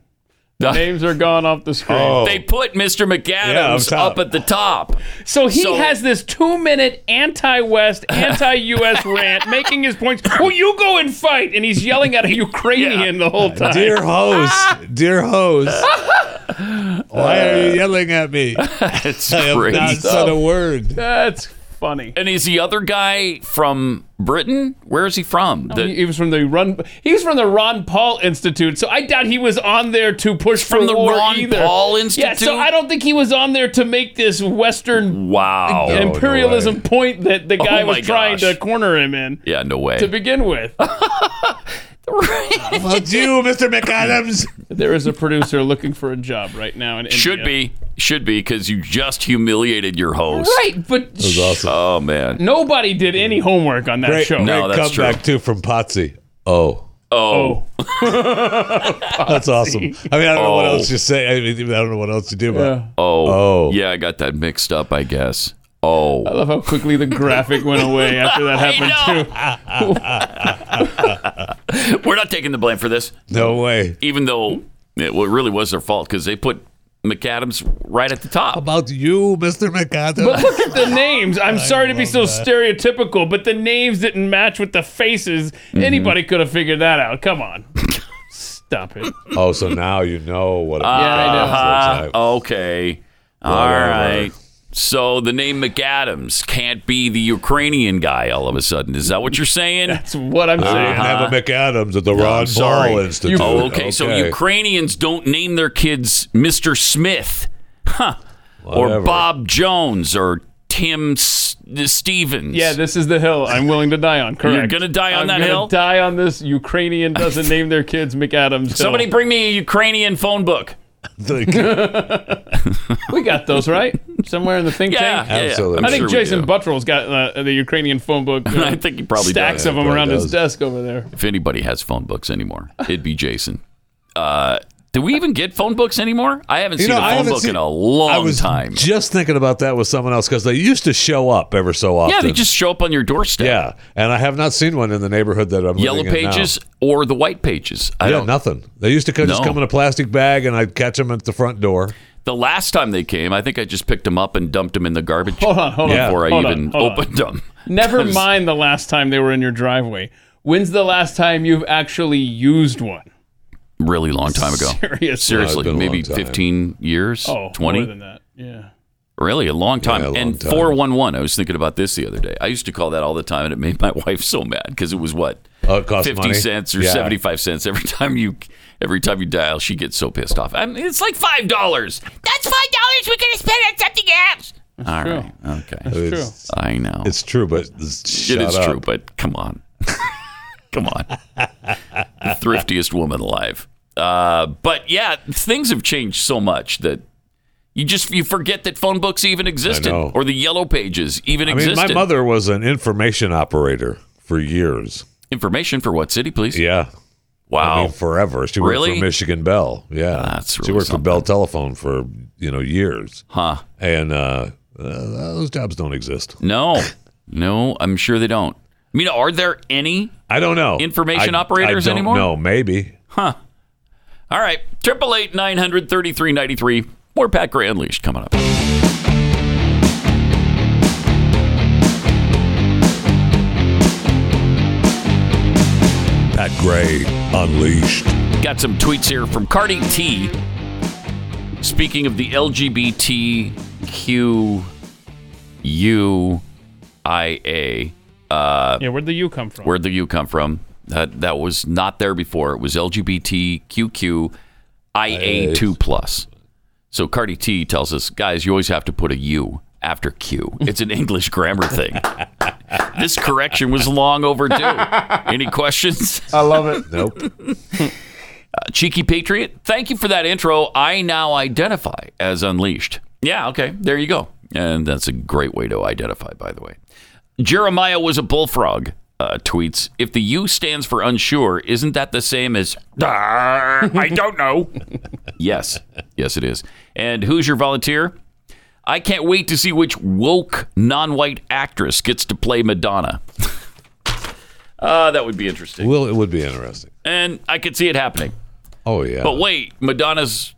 F: Names are gone off the screen.
E: Oh.
D: They put Mr. McAdams
E: Yeah, up top.
D: up at the top.
F: So he
D: So-
F: has this two-minute anti-West, anti-U.S. rant, making his points. Well, you go and fight, and he's yelling at a Ukrainian the whole time.
E: Dear host, dear host, why are you yelling at me?
D: It's
E: I have not
D: crazy.
E: said a word.
F: That's funny.
D: And is the other guy from Britain? Where is he from?
F: Oh, He,
D: The-
F: he was from the Ron. He was from the Ron Paul Institute, so I doubt he was on there to push
D: From
F: for
D: the
F: war
D: Ron
F: either.
D: Paul
F: Yeah,
D: Institute?
F: so I don't think he was on there to make this Western
D: wow.
F: imperialism point that the guy
D: Oh my
F: was trying
D: gosh.
F: to corner him in
D: Yeah, no way.
F: to begin with.
E: Fuck you, Mr. McAdams.
F: there is a producer looking for a job right now in
D: Should
F: India.
D: be. Should be because you just humiliated your host.
F: right, but
E: That was awesome.
D: Oh, man.
F: Nobody did any homework on that
E: Great,
F: show.
D: No,
E: great
D: that's
E: comeback too from Potsy. Oh,
F: Oh,
E: that's awesome. I mean, I don't know what
D: Oh.
E: else you say. I, mean, I don't know what else to do, but
D: Oh.
E: Oh.
D: Yeah, I got that mixed up, I guess. Oh.
F: I love how quickly the graphic went away after that happened too.
D: We're not taking the blame for this,
E: no way.
D: even though it wa- really was their fault because they put McAdams right at the top.
E: About you, Mr. McAdams.
F: But look at the names. I'm sorry to be so stereotypical, but the names didn't match with the faces.
D: Mm-hmm.
F: Anybody could have figured that out. Come on. Stop it.
E: oh, so now you know what. Uh,
D: Uh-huh. Okay. All right. So the name McAdams can't be the Ukrainian guy all of a sudden. Is that what you're saying?
F: That's what I'm
D: Uh-huh.
F: saying.
E: Have a McAdams at the Ron
D: sorry.
E: Paul Institute.
D: Oh, okay. So Ukrainians don't name their kids Mr. Smith, huh? Or
E: Whatever.
D: Bob Jones or Tim S- Stevens.
F: Yeah, this is the hill I'm willing to die on. Correct.
D: You're gonna die on
F: I'm
D: that
F: gonna
D: hill?
F: Die on this. Ukrainian doesn't name their kids McAdams. Hill.
D: Somebody bring me a Ukrainian phone book.
E: Thank-
F: we got those right somewhere in the think
D: Yeah,
F: tank.
D: yeah, yeah.
E: Absolutely.
D: I'm
F: I think
D: sure we
F: Jason
D: do.
F: Buttrell's got uh, the Ukrainian phone book. uh,
D: I think he probably
F: stacks
D: does.
F: of them
E: Probably
F: around his
E: does.
F: desk over there.
D: if anybody has phone books anymore, it'd be Jason. Uh, do we even get phone books anymore? I haven't
E: You
D: seen
E: know,
D: a
E: I
D: phone
E: haven't
D: book
E: seen-
D: in a long
E: I was
D: time.
E: just thinking about that with someone else because they used to show up ever so often.
D: yeah, they just show up on your doorstep.
E: Yeah, and I have not seen one in the neighborhood that I'm
D: Yellow
E: living in now.
D: pages or the white pages. I
E: yeah,
D: don't
E: nothing. They used to co- just
D: No.
E: come in a plastic bag, and I'd catch them at the front door.
D: The last time they came, I think I just picked them up and dumped them in the garbage
F: Hold on, hold on,
D: before
F: hold
D: I
F: on,
D: even
F: hold on.
D: opened them.
F: Never mind the last time they were in your driveway. When's the last time you've actually used one?
D: Really long time ago.
F: Seriously.
D: Seriously,
E: been a
D: maybe
E: long time.
D: 15 years,
F: Oh,
D: 20.
F: more than that. Yeah.
D: Really, a long time.
E: Yeah, a long
D: and
E: time.
D: 411, I was thinking about this the other day. I used to call that all the time, and it made my wife so mad because it was what?
E: Oh, it cost
D: 50
E: money.
D: cents or
E: Yeah.
D: 75 cents every time you every time you dial she gets so pissed off I mean, it's like five dollars that's five dollars we're gonna spend on something else All right, okay
E: It's,
D: i know
E: it's true, but shut
D: It is
E: up.
D: true but come on come on the thriftiest woman alive uh, but yeah things have changed so much that you just you forget that phone books even existed
E: know.
D: or the yellow pages even
E: I mean,
D: existed
E: my mother was an information operator for years.
D: information for what city please
E: Yeah,
D: wow
E: I mean, forever. She worked
D: Really?
E: for Michigan Bell. Yeah,
D: That's
E: she
D: really
E: worked
D: something.
E: for Bell Telephone for you know years.
D: huh
E: and uh, those jobs don't exist.
D: No, no, I'm sure they don't. I mean, are there any?
E: I don't know.
D: Information
E: I-
D: operators
E: I don't
D: anymore?
E: No, maybe.
D: Huh. All right. Triple eight nine hundred thirty three ninety three. More Pat Gray Unleashed coming up.
E: Pat Gray unleashed.
D: Got some tweets here from Cardi T. Speaking of the LGBTQUIA. Uh,
F: Yeah, where'd the U come from?
D: Where'd the U come from? That that was not there before. It was LGBTQQIA2 plus. So Cardi T tells us, guys, you always have to put a U after Q. It's an English grammar thing. this correction was long overdue. Any questions?
K: I love it.
E: Nope.
D: Uh, Cheeky Patriot, thank you for that intro. I now identify as Unleashed. Yeah, okay, there you go. And that's a great way to identify, by the way. Jeremiah was a bullfrog. Uh, tweets if the U stands for unsure, isn't that the same as "Ah, I don't know? yes, yes, it is. And who's your volunteer? I can't wait to see which woke non-white actress gets to play Madonna. uh, that would be interesting.
E: Well, it would be interesting.
D: And I could see it happening.
E: Oh yeah.
D: But wait, Madonna's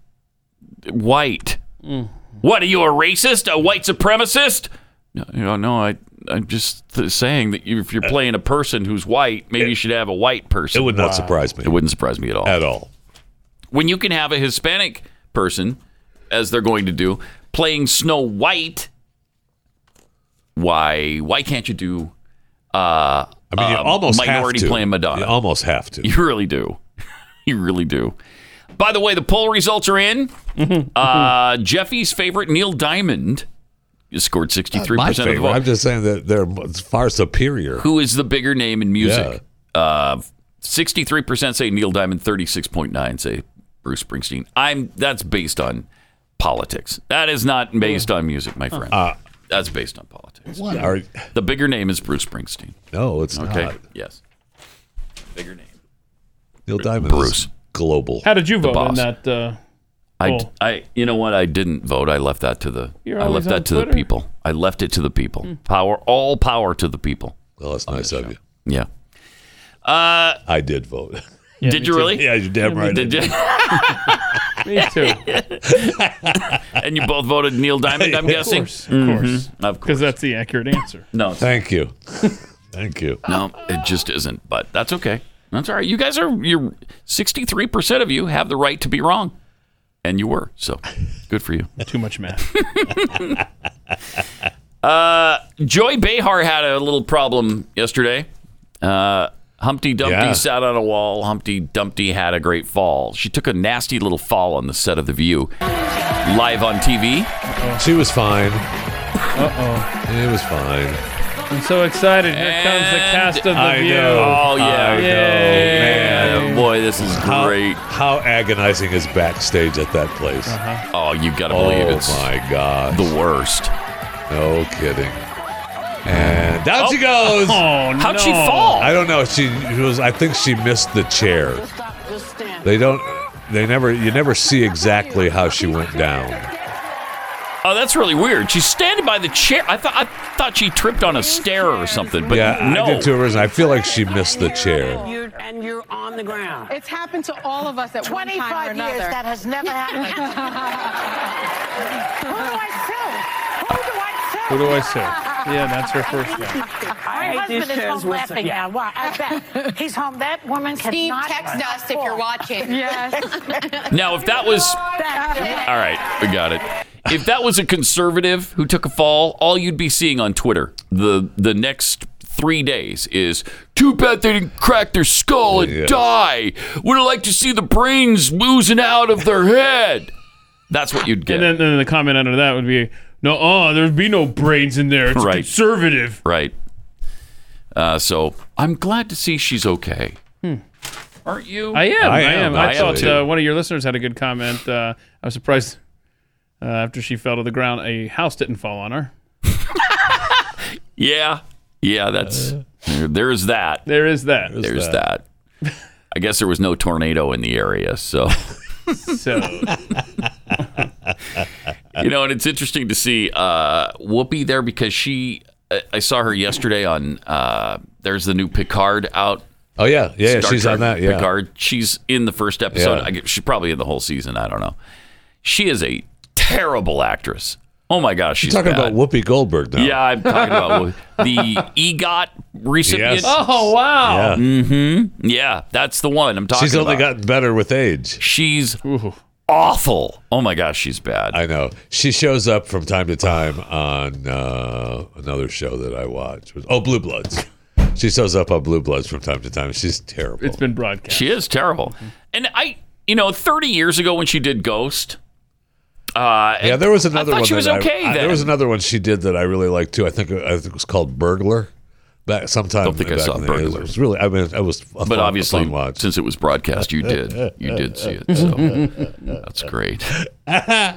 D: white. What are you a racist? A white supremacist? No, you know, no. I I'm just th- saying that you- if you're playing a person who's white, maybe you should have a white person.
E: It would not surprise me.
D: It wouldn't surprise me at all.
E: At all.
D: When you can have a Hispanic person, as they're going to do, playing Snow White, why why can't you do? Uh,
E: I mean, you
D: uh,
E: almost
D: minority
E: have to.
D: playing Madonna.
E: You almost have to.
D: You really do. You really do. By the way, the poll results are in.
E: Mm-hmm.
D: uh, Jeffy's favorite, Neil Diamond, scored 63%
E: My
D: of the
E: favorite.
D: vote.
E: I'm just saying that they're far superior.
D: Who is the bigger name in music? Uh, 63% say Neil Diamond, 36.9 say Bruce Springsteen. I'm that's based on politics. That is not based on music, my friend. that's based on politics.
E: Uh, What are?
D: The bigger name is Bruce Springsteen.
E: No, it's
D: Okay.
E: not.
D: Yes. Bigger name.
E: Neil Diamond
D: Bruce.
E: is global.
F: How did you
D: The
F: vote in
D: boss.
F: that? Uh,
D: I,
F: poll?
D: I, you know what? I didn't vote. I left that to the.
F: You're
D: I
F: always
D: left
F: on
D: that to the
F: Twitter. Hmm.
D: people. I left it to the people. Power, all power to the people.
E: Well, that's nice of you.
D: Yeah.
E: I did vote.
D: Did you really?
E: yeah, you're damn right.
D: Did you?
F: Me too.
D: and you both voted Neil Diamond. I'm
F: Of
D: guessing.
F: course, of course,
D: Mm-hmm, Of course.
F: because that's the accurate answer.
D: No, it's-
E: Thank you. Thank you.
D: no, it just isn't. But that's okay. That's all right. You guys are. You're 63 percent of you have the right to be wrong, and you were. So, good for you.
F: Too much math.
D: Joy Behar had a little problem yesterday. Uh, Humpty Dumpty
E: Yeah.
D: sat on a wall. Humpty Dumpty had a great fall. She took a nasty little fall on the set of The View, live on TV.
E: She was fine. Uh oh. It was fine.
F: I'm so excited. Here comes the cast of the
E: I
F: view.
E: know.
D: Oh yeah,
E: I know, man.
D: boy, this is
E: How,
D: great.
E: How agonizing is backstage at that place?
D: Oh, you gotta
E: Oh
D: believe it's
E: my god.
D: the worst.
E: No kidding. And down she goes.
F: Oh no!
D: How'd she fall?
E: I don't know. She was. I think she missed the chair. They don't. They never. You never see exactly how she went down.
D: Oh, that's really weird. She's standing by the chair. I thought I thought she tripped on a stair or something, but
E: yeah,
D: no.
E: I did too. Originally, I feel like she missed the chair.
L: You're, and you're on the ground.
M: It's happened to all of us at one time
L: 25
M: or another.
L: years, that has never happened. Who do I sue? Who do I sue?
F: Who do I say? Yeah, that's her first one.
L: My husband is home laughing now. Why? I bet. He's home. That woman
M: Steve,
L: cannot
M: text us if you're watching.
L: Yes.
D: Now, if that was All right, we got it. If that was a conservative who took a fall, all you'd be seeing on Twitter the the next three days is too bad they didn't crack their skull and
E: Yeah.
D: die. Would have liked to see the brains oozing out of their head. That's what you'd get.
F: And then, then the comment under that would be, "No, oh, there'd be no brains in there. It's
D: Right.
F: conservative."
D: right. Uh, so I'm glad to see she's okay. Aren't you?
F: Hmm. I am. I
E: I
F: am. I,
E: am,
D: I am
F: thought
D: too.
F: uh, one of your listeners had a good comment. Uh, I was surprised uh, after she fell to the ground, a house didn't fall on her.
D: Yeah. Yeah, that's
F: Uh.
D: there- there's that.
F: There is that.
D: There's that. I guess there was no tornado in the area, so
F: So
D: you know, and it's interesting to see uh, Whoopi there because she, I, I saw her yesterday on. Uh, there's the new Picard out.
E: Oh yeah, yeah, yeah,
D: Star
E: she's on
D: Trek
E: that, yeah.
D: Picard. She's in the first episode.
E: Yeah.
D: I guess she's probably in the whole season. I don't know. She is a terrible actress. Oh my gosh,
E: She's
D: she's
E: talking
D: bad.
E: about Whoopi Goldberg now.
D: Yeah, I'm talking about the EGOT recipient.
E: Yes. Oh,
F: wow.
D: Mm-hmm. Yeah, that's the one I'm talking
E: She's only
D: about.
E: gotten better with age.
D: She's awful. Oh my gosh, she's bad.
E: I know. She shows up from time to time on uh, another show that I watch. Oh, Blue Bloods. She shows up on Blue Bloods from time to time. She's terrible.
F: It's been broadcast.
D: She is terrible.
E: Mm-hmm.
D: And I, you know, 30 years ago when she did Ghost, uh,
E: Yeah, there was another
D: I thought
E: one.
D: she was
E: that I-
D: okay.
E: I,
D: then.
E: There was another one she did that I really liked too. I think I think it was called Burglar. Back sometime.
D: Don't think I
E: back
D: saw
E: in the day. It was-
D: Burglar.
E: It was really. I mean, it was. A fun,
D: but
E: a
D: obviously,
E: fun watch.
D: since it was broadcast, you did, you did see it. So that's great.
E: but uh,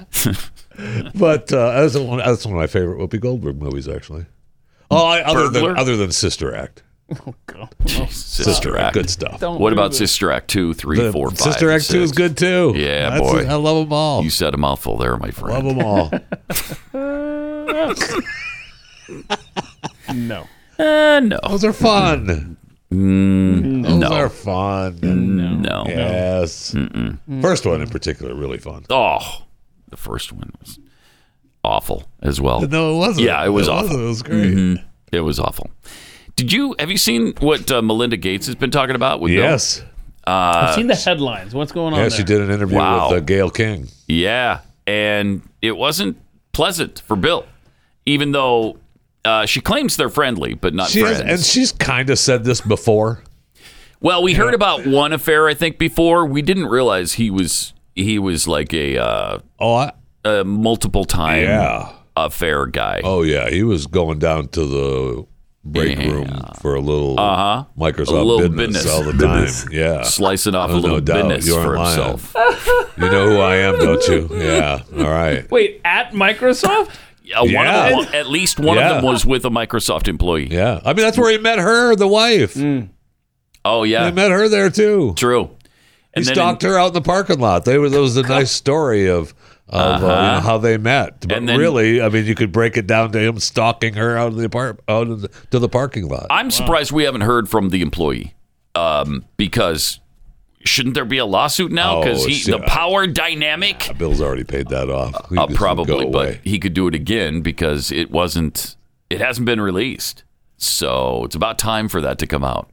E: that's one. That's one of my favorite Whoopi Goldberg movies, actually. Oh, I, other
D: Burglar?
E: than other than Sister Act.
D: Sister Act,
E: good stuff. Don't
D: what
E: do
D: about
E: this.
D: Sister Act two, three,
E: The
D: four, five,
E: Sister
D: and
E: Act two is
D: six?
E: good too.
D: Yeah,
E: That's-
D: boy,
E: I love them all.
D: You said a mouthful there, my friend.
E: Love them all.
F: no.
D: Uh, no.
E: Those are fun.
D: Mm,
E: Those
D: no. Mm,
E: are fun.
D: No.
E: Yes. First one in particular, really fun.
D: Oh, the first one was awful as well.
E: No, it wasn't.
D: Yeah, it was
E: It
D: awful.
E: wasn't. It was great.
D: Mhm. It was awful. Did you have you seen what uh, Melinda Gates has been talking about? With Bill?
E: Yes.
D: uh,
F: I've seen the headlines. What's going on?
E: Yeah, she did an interview
D: Wow.
E: with uh, Gail King.
D: Yeah, and it wasn't pleasant for Bill, even though uh, she claims they're friendly, but not
E: She
D: friends.
E: has, and she's kind of said this before.
D: Well, we heard about one affair, I think, before. We didn't realize he was he was like a uh,
E: Oh,
D: a multiple time
E: Yeah.
D: affair guy.
E: Oh yeah, he was going down to the break room for a little
D: Uh-huh.
E: Microsoft
D: A little
E: business,
D: business.
E: all the time.
D: Business.
E: Yeah,
D: Slicing off a
E: Oh,
D: little
E: no doubt.
D: business
E: You're
D: for
E: lying. Uh,
D: himself.
E: You know who I am, don't you? Yeah. All right.
F: Wait, at Microsoft?
D: Yeah, Uh, one
E: Yeah.
D: of them, at least one
E: Yeah.
D: of them was with a Microsoft employee.
E: Yeah. I mean, that's where he met her, the wife.
D: Mm. Oh yeah,
E: They met her there too.
D: True.
E: He
D: And then
E: stalked her out in the parking lot. They were, that was a nice story of of uh, you
D: Uh-huh.
E: know, how they met. But
D: And then-
E: really, I mean, you could break it down to him stalking her out of the apart out of the, to the parking lot.
D: I'm surprised we haven't heard from the employee um, because shouldn't there be a lawsuit now? Because
E: Oh,
D: he
E: shit.
D: the power dynamic.
E: Bill's already paid that off. He
D: Uh,
E: just would go
D: probably, but
E: away.
D: he could do it again because it wasn't. It hasn't been released, so it's about time for that to come out.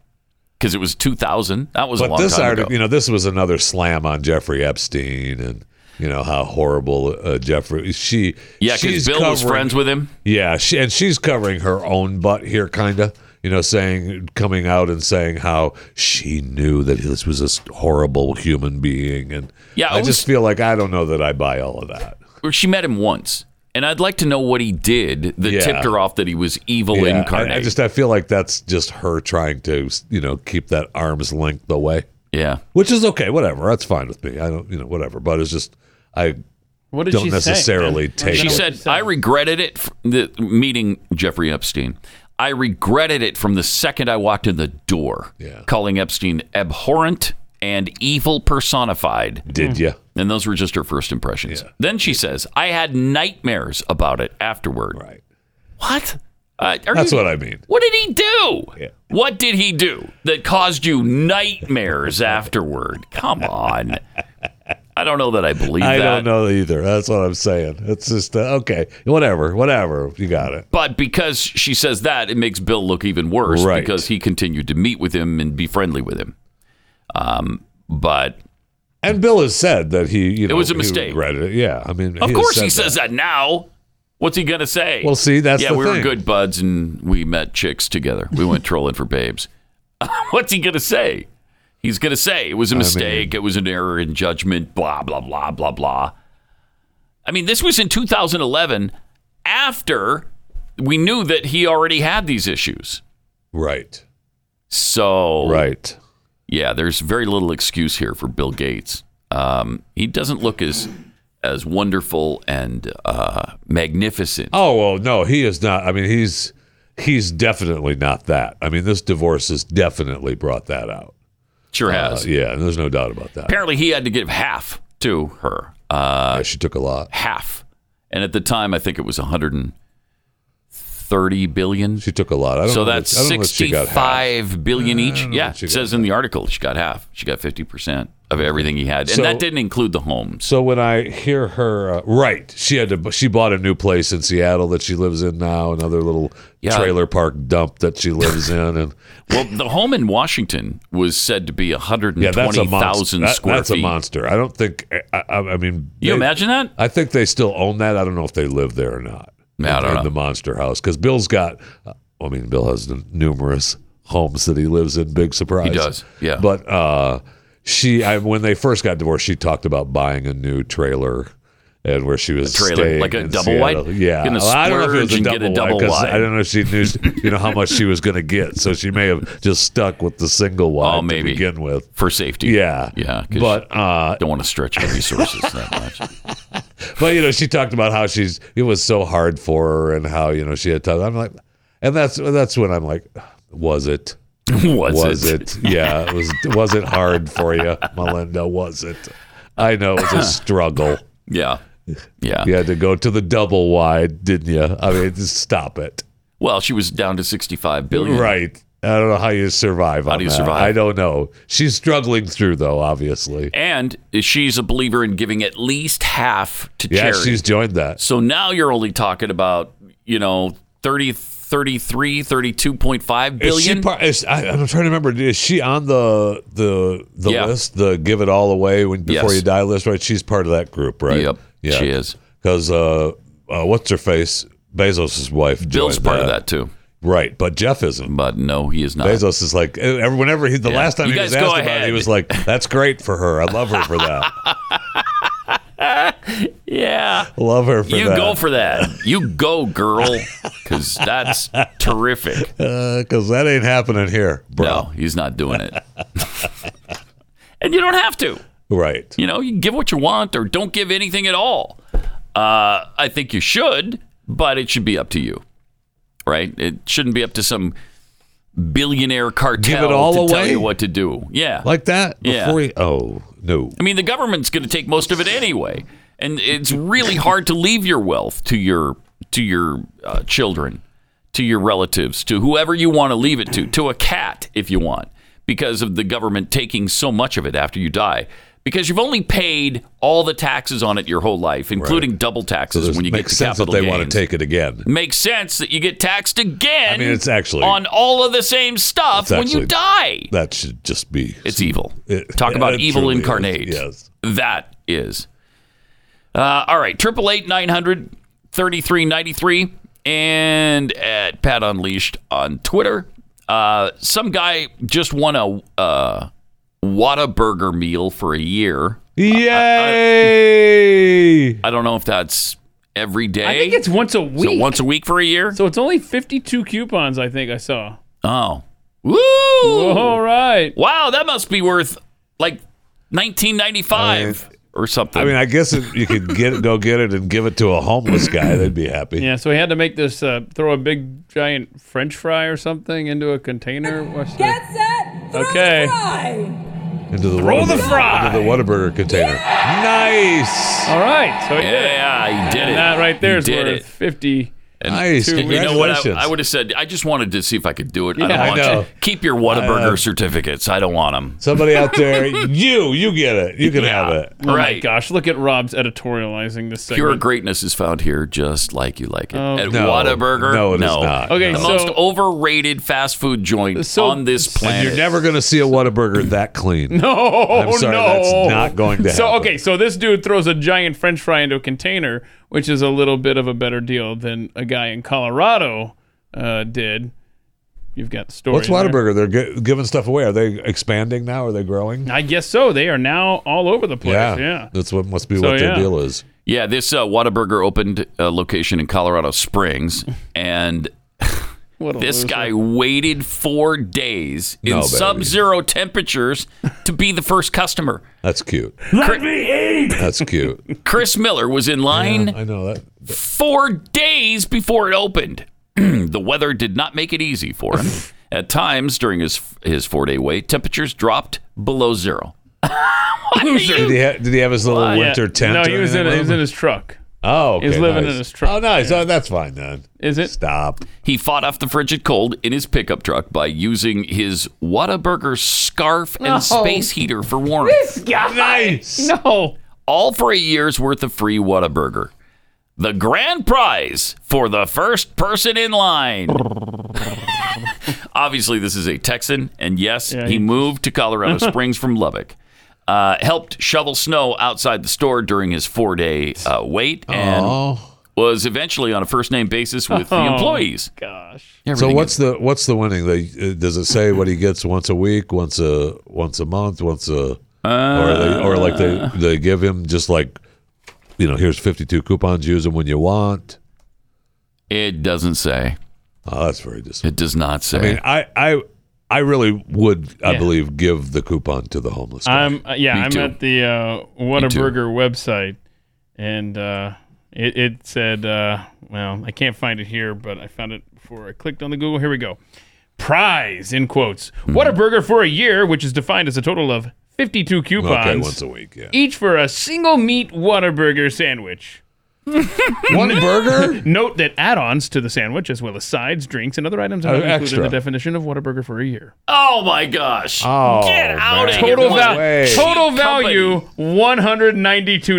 D: Because it was 2000. That was a
E: but
D: long
E: this
D: time
E: article,
D: ago.
E: you know, this was another slam on Jeffrey Epstein and you know how horrible uh, Jeffrey. She
D: Yeah, 'cause
E: she's
D: Bill was friends with him.
E: Yeah, she, and she's covering her own butt here, kind of. You know, saying coming out and saying how she knew that this was a s- horrible human being, and
D: Yeah,
E: I
D: it was-
E: just feel like I don't know that I buy all of that.
D: Or she met him once, and I'd like to know what he did that
E: Yeah.
D: tipped her off that he was evil
E: Yeah, I-
D: incarnate.
E: I, just I feel like that's just her trying to you know keep that arm's length away.
D: Yeah,
E: which is okay. Whatever, that's fine with me. I don't you know whatever, but it's just I
F: What did
E: don't
F: she say?
E: necessarily take.
D: she
E: it.
D: said, "I regretted it. f- The meeting Jeffrey Epstein. I regretted it from the second I walked in the door.
E: Yeah.
D: Calling Epstein abhorrent and evil personified.
E: Did ya?
D: And those were just her first impressions. Then she says, "I had nightmares about it afterward. Right? What? Uh, are
E: That's
D: you-
E: what I mean.
D: What did he do? What did he do that caused you nightmares afterward? Come on. I don't know that I believe
E: I
D: that.
E: don't know either. That's what I'm saying. It's just uh, okay. Whatever, whatever. You got it.
D: But because she says that, it makes Bill look even worse
E: Right.
D: because he continued to meet with him and be friendly with him. Um, but
E: And Bill has said that he, you know,
D: was a
E: he
D: mistake.
E: regretted it. Yeah, I mean,
D: of
E: has
D: course
E: said
D: he
E: that.
D: says that now. What's he gonna say?
E: Well, see, that's
D: yeah,
E: the
D: we were
E: thing.
D: good buds and we met chicks together. We went trolling for babes. What's he gonna say? He's gonna say it was a
E: I mean-
D: mistake. it was an error in judgment. Blah blah blah blah blah. I mean, this was in 2011, after we knew that he already had these issues.
E: Right.
D: So
E: right.
D: Yeah, there's very little excuse here for Bill Gates. Um, he doesn't look as as wonderful and uh, magnificent.
E: Oh well, no, he is not. I mean, he's he's definitely not that. I mean, this divorce has definitely brought that out.
D: Sure
E: Uh,
D: has.
E: yeah, there's no doubt about that.
D: Apparently, he had to give half to her. Uh,
E: she took a lot.
D: Half, And at the time, I think it was 130 billion. She
E: took a lot. I don't
D: so
E: know
D: that's
E: that- I don't know that she got half.
D: 65 billion
E: Yeah, I
D: each.
E: don't know
D: Yeah,
E: that she
D: it says in the article she got half. She got 50% of everything he had. And
E: So-
D: that didn't include the home.
E: So when I hear her, uh, right, she had to, she bought a new place in Seattle that she lives in now, another little
D: Yeah.
E: trailer park dump that she lives in, and
D: Well, the home in Washington was said to be
E: yeah, that's a monster.
D: 120,000
E: That-
D: square
E: that's
D: feet.
E: a monster. I don't think. I, I, I mean,
D: You imagine that?
E: I think they still own that. I don't know if they live there or not.
D: I don't
E: in
D: know.
E: the monster house because Bill's got. uh, I mean, Bill has numerous homes that he lives in. Big surprise.
D: He does, yeah.
E: But uh, she, I, when they first got divorced, she talked about buying a new trailer. And where she was
D: trailer,
E: staying
D: like a
E: in
D: double wide?
E: Seattle. yeah.
D: Gonna
E: Well, I don't know if it was
D: splurge and get a
E: wide,
D: double
E: 'cause
D: wide.
E: I don't know if she knew, you know, how much she was going to get, so she may have just stuck with the single wide
D: Oh, maybe.
E: to begin with
D: for safety.
E: Yeah,
D: Yeah. 'cause
E: But uh,
D: don't want to stretch your resources that much.
E: but you know, she talked about how she's it was so hard for her and how you know she had tough. I'm like, and that's that's when I'm like, was it?
D: Was,
E: it?
D: it?
E: Yeah, it was. Was it hard for you, Melinda? Was it? I know it was a struggle.
D: Yeah, yeah.
E: You had to go to the double wide, didn't you? I mean, just stop it.
D: Well, she was down to 65 billion.
E: Right. I don't know how you survive. How
D: do you survive?
E: I don't know. She's struggling through though, obviously.
D: And she's a believer in giving at least half to
E: Yeah,
D: charity.
E: she's joined that.
D: So now you're only talking about, you know, 30, 33, 32.5
E: Is she
D: billion.
E: part, is, I, I'm trying to remember. Is she on the the the
D: Yeah.
E: list, the "Give It All Away" when before
D: Yes.
E: you die list? Right, she's part of that group, right?
D: Yep, she is.
E: Because uh, uh, what's her face? Bezos' wife.
D: Bill's
E: joined
D: part of that too.
E: Right, but Jeff isn't.
D: But no, he is not.
E: Bezos is like eh, every- whenever he the
D: Yeah.
E: last time
D: You
E: he
D: guys
E: was
D: go
E: asked about it, he
D: ahead.
E: was like, "That's great for her. I love her for that.
D: yeah.
E: love her for
D: you
E: that."
D: go for that. You go, girl, because that's terrific.
E: because that ain't happening here, bro.
D: No, he's not doing it. and you don't have to.
E: Right.
D: You know, you can give what you want or don't give anything at all. Uh, I think you should, but it should be up to you, right? It shouldn't be up to some billionaire cartel
E: Give it all
D: to tell
E: away?
D: you what to do. Yeah.
E: Like that?
D: Yeah.
E: Before he, oh no.
D: I mean, the government's going to take most of it anyway, and it's really hard to leave your wealth to your to your uh, children, to your relatives, to whoever you want to leave it to, to a cat if you want, because of the government taking so much of it after you die. Because you've only paid all the taxes on it your whole life, including double taxes
E: This
D: when you get
E: makes
D: to
E: sense that
D: capital
E: they
D: gains.
E: want to take it again.
D: Makes sense that you get taxed again.
E: I mean, it's actually-
D: on all of the same stuff
E: It's
D: when
E: actually-
D: you die.
E: That should just be.
D: It's evil.
E: It-
D: Talk
E: yeah,
D: about
E: it
D: evil
E: truly is.
D: incarnate.
E: Yes.
D: That is. Uh, all right. Triple eight nine hundred thirty three ninety three and at Pat Unleashed on Twitter. Uh, some guy just won a uh, Whataburger meal for a year.
E: Yay!
D: I don't know if that's every day.
F: I think it's once a week.
D: So once a week for a year.
F: So it's only 52 coupons, I think I saw.
D: Oh. Woo!
F: All right.
D: Wow, that must be worth like nineteen ninety five or something.
E: I mean, I guess if you could get it, go get it and give it to a homeless guy, they'd be happy.
F: Yeah, so he had to make this uh, throw a big giant French fry or something into a container. What's Get set. Okay.
E: Into the
F: Throw the
E: Whataburger-
F: fry!
E: into the Whataburger container. Nice.
F: All right. So he did it.
D: Yeah, he did it.
F: And that right there is
D: He did
F: worth
D: it.
F: 50.
D: And
E: Nice.
F: two
D: You know what?
E: Congratulations.
D: I, I would have said. I just wanted to see if I could do it. I don't
E: Yeah. I
D: want
E: know.
D: you. Keep your Whataburger certificates. I don't want them.
E: Somebody out there, you, you get it. You can have it.
F: Oh my
D: right.
F: gosh, look at Rob's editorializing this segment.
D: Pure greatness is found here, just like you like it.
F: Oh.
D: At
E: No.
D: Whataburger,
E: No, it is not.
F: Okay,
D: the
F: so-
D: most overrated fast food joint
F: So-
D: on this
E: And
D: planet.
E: you're never going to see a Whataburger that clean.
F: No,
E: I'm sorry,
F: Oh, no.
E: that's not going to
F: So
E: happen.
F: okay, so this dude throws a giant French fry into a container, which is a little bit of a better deal than a guy in Colorado uh, did. You've got the story.
E: What's
F: there.
E: Whataburger? They're gi- giving stuff away. Are they expanding now? Are they growing?
F: I guess so. They are now all over the place. Yeah.
E: That's what must be
F: So,
E: what
F: yeah.
E: their deal is.
D: Yeah, this uh, Whataburger opened a location in Colorado Springs, and
F: What a
D: this
F: loser.
D: guy waited four days in
E: No, baby.
D: sub-zero temperatures to be the first customer.
E: That's cute.
D: Cri-
E: That's cute.
D: Chris Miller was in line
E: I know that.
D: four days before it opened. the weather did not make it easy for him. At times during his his four day wait, temperatures dropped below zero.
E: Did he, ha- did he have his little
F: Yeah.
E: winter tent?
F: No,
E: or
F: he was
E: anything with
F: in. He was
E: him?
F: in his truck.
E: Oh, okay,
F: He's living
E: nice.
F: in his truck.
E: Oh, nice. Oh, that's fine then.
F: Is it?
E: Stop.
D: He fought off the frigid cold in his pickup truck by using his Whataburger scarf and
F: No.
D: space heater for warmth.
F: This guy.
E: Nice.
F: No.
D: All for a year's worth of free Whataburger. The grand prize for the first person in line. Obviously, this is a Texan, and yes,
F: Yeah,
D: he
F: he-
D: moved to Colorado Springs from Lubbock. Uh, helped shovel snow outside the store during his four day uh, wait and
E: Oh.
D: was eventually on a first name basis with the
F: Oh,
D: employees.
F: Gosh.
E: so what's the what's the winning? They uh, does it say what he gets once a week, once a once a month, once a or they, or like
F: Uh.
E: they they give him just like you know here's 52 coupons, use them when you want.
D: It doesn't say.
E: Oh, that's very disappointing.
D: It does not say.
E: I mean, I I I really would I
F: Yeah.
E: believe give the coupon to the homeless. guy.
F: I'm uh, yeah.
E: Me
F: I'm
E: too.
F: at the uh, Whataburger website, and uh, it, it said, uh, well, I can't find it here, but I found it before I clicked on the Google. Here we go. Prize in quotes.
E: Mm-hmm.
F: Whataburger for a year, which is defined as a total of 52 coupons.
E: Okay, once a week, yeah.
F: Each for a single meat Whataburger sandwich.
E: One burger?
F: Note that add-ons to the sandwich, as well as sides, drinks, and other items, are
E: Oh,
F: not included in
E: extra.
F: the definition of Whataburger for a year.
D: Oh my gosh!
E: Oh,
D: Get out of
E: man.
D: here!
F: Total,
D: What
F: val-
E: way.
F: total
D: cheap
F: value one hundred ninety-two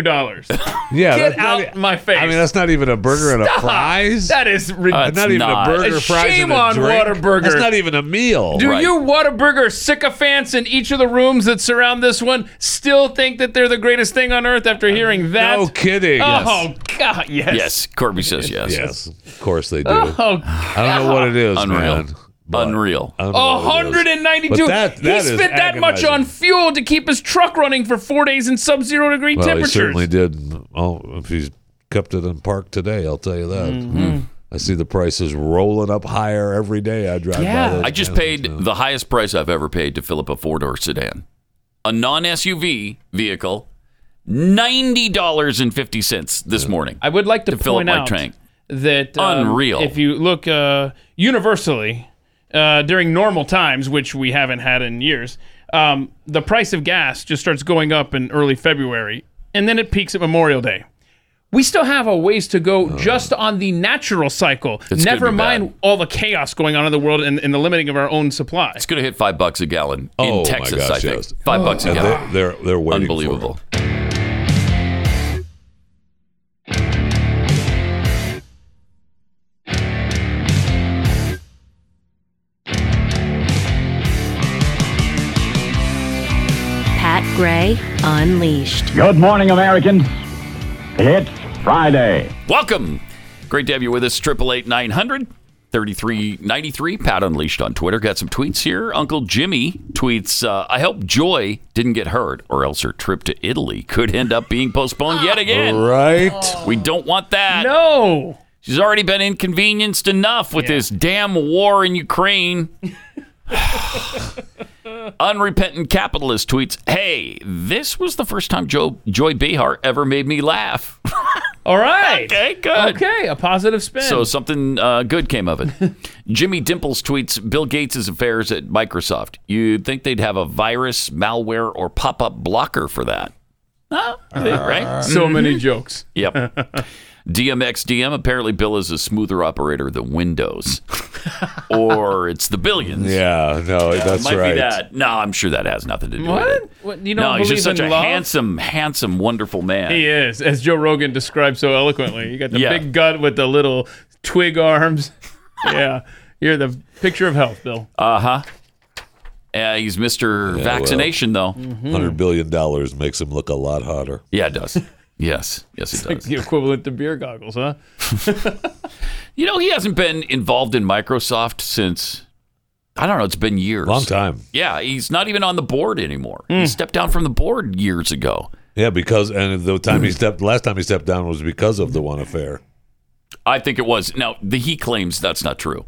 F: dollars.
E: yeah,
F: Get
E: that's not
F: out
E: e-
F: my face!
E: I mean, that's not even a burger and a
F: Stop.
E: fries.
F: That is
E: Uh,
F: ridiculous.
E: not even
D: not.
E: a burger,
F: It's
E: fries,
F: shame
E: and a
F: on
E: drink.
F: Whataburger.
E: That's not even a meal.
F: Do
D: Right.
F: you Whataburger sycophants in each of the rooms that surround this one still think that they're the greatest thing on earth after hearing that?
E: Uh, No kidding.
F: Oh God! Yes.
D: Yes, Corby says yes.
E: Yes, of course they do.
F: Oh,
E: I don't know what it is,
D: Unreal.
E: man. but
D: Unreal.
E: I don't know what it is.
F: 192.
E: But that- that
F: he
E: is
F: spent that much
E: agonizing.
F: on fuel to keep his truck running for four days in sub-zero degree
E: Well, he
F: temperatures.
E: certainly did. Oh, if he's kept it in park today, I'll tell you that.
F: Mm-hmm.
D: Hmm.
E: I see the prices rolling up higher every day. I drive
F: Yeah.
E: by. those
D: I just
E: cannons
D: paid
E: now.
D: the highest price I've ever paid to fill up a four door sedan, a non SUV vehicle, ninety dollars and fifty cents this morning.
F: I would like to,
D: To fill up
F: point
D: my
F: out
D: tank.
F: that um,
D: Unreal.
F: If you look uh, universally uh, during normal times, which we haven't had in years, um, the price of gas just starts going up in early February, and then it peaks at Memorial Day. We still have a ways to go just on the natural cycle.
D: It's
F: Never
D: gonna be
F: mind all the chaos going on in the world and, and the limiting of our own supply.
D: It's going to hit five bucks a gallon
E: Oh,
D: in
E: my
D: Texas.
E: gosh,
D: I think
E: yes.
D: five bucks a
E: And
D: gallon.
E: they, are they're waiting. for it.
D: Unbelievable.
B: Pat Gray Unleashed.
C: Good morning, Americans. It's Friday.
D: Welcome. Great to have you with us. Triple eight nine hundred thirty three ninety three. Pat Unleashed on Twitter. Got some tweets here. Uncle Jimmy tweets, uh, I hope Joy didn't get hurt, or else her trip to Italy could end up being postponed yet again.
F: Oh.
E: Right?
D: We don't want that.
F: No.
D: She's already been inconvenienced enough with this damn war in Ukraine. Unrepentant capitalist tweets, "Hey, this was the first time Joe, Joy Behar ever made me laugh."
F: All right.
D: okay, good.
F: Okay, a positive spin.
D: So something uh, good came of it. Jimmy Dimples tweets Bill Gates' affairs at Microsoft. You'd think they'd have a virus, malware, or pop up blocker for that. Huh? right?
F: so many jokes.
D: Yep. DMX DM. Apparently, Bill is a smoother operator than Windows, or it's the billions.
E: Yeah. No, that's
D: Might
E: right.
D: be that. No, I'm sure that has nothing to do with
F: What?
D: it.
F: what? You don't
D: No,
F: believe
D: he's just such
F: in
D: a
F: love?
D: handsome, handsome, wonderful man.
F: He is, as Joe Rogan described so eloquently. You got the
D: Yeah.
F: big gut with the little twig arms. yeah. You're the picture of health, Bill.
D: Uh, Uh-huh. he's Mr. Vaccination, though.
E: Hundred billion dollars makes him look a lot hotter.
D: Yeah, it does. yes, yes, it does.
F: the equivalent to beer goggles, huh?
D: You know, he hasn't been involved in Microsoft since I don't know. It's been years.
E: Long time.
D: Yeah, he's not even on the board anymore.
F: Hmm.
D: He stepped down from the board years ago.
E: Yeah, because and the time he stepped last time he stepped down was because of the one affair.
D: I think it was. Now the, he claims that's not true,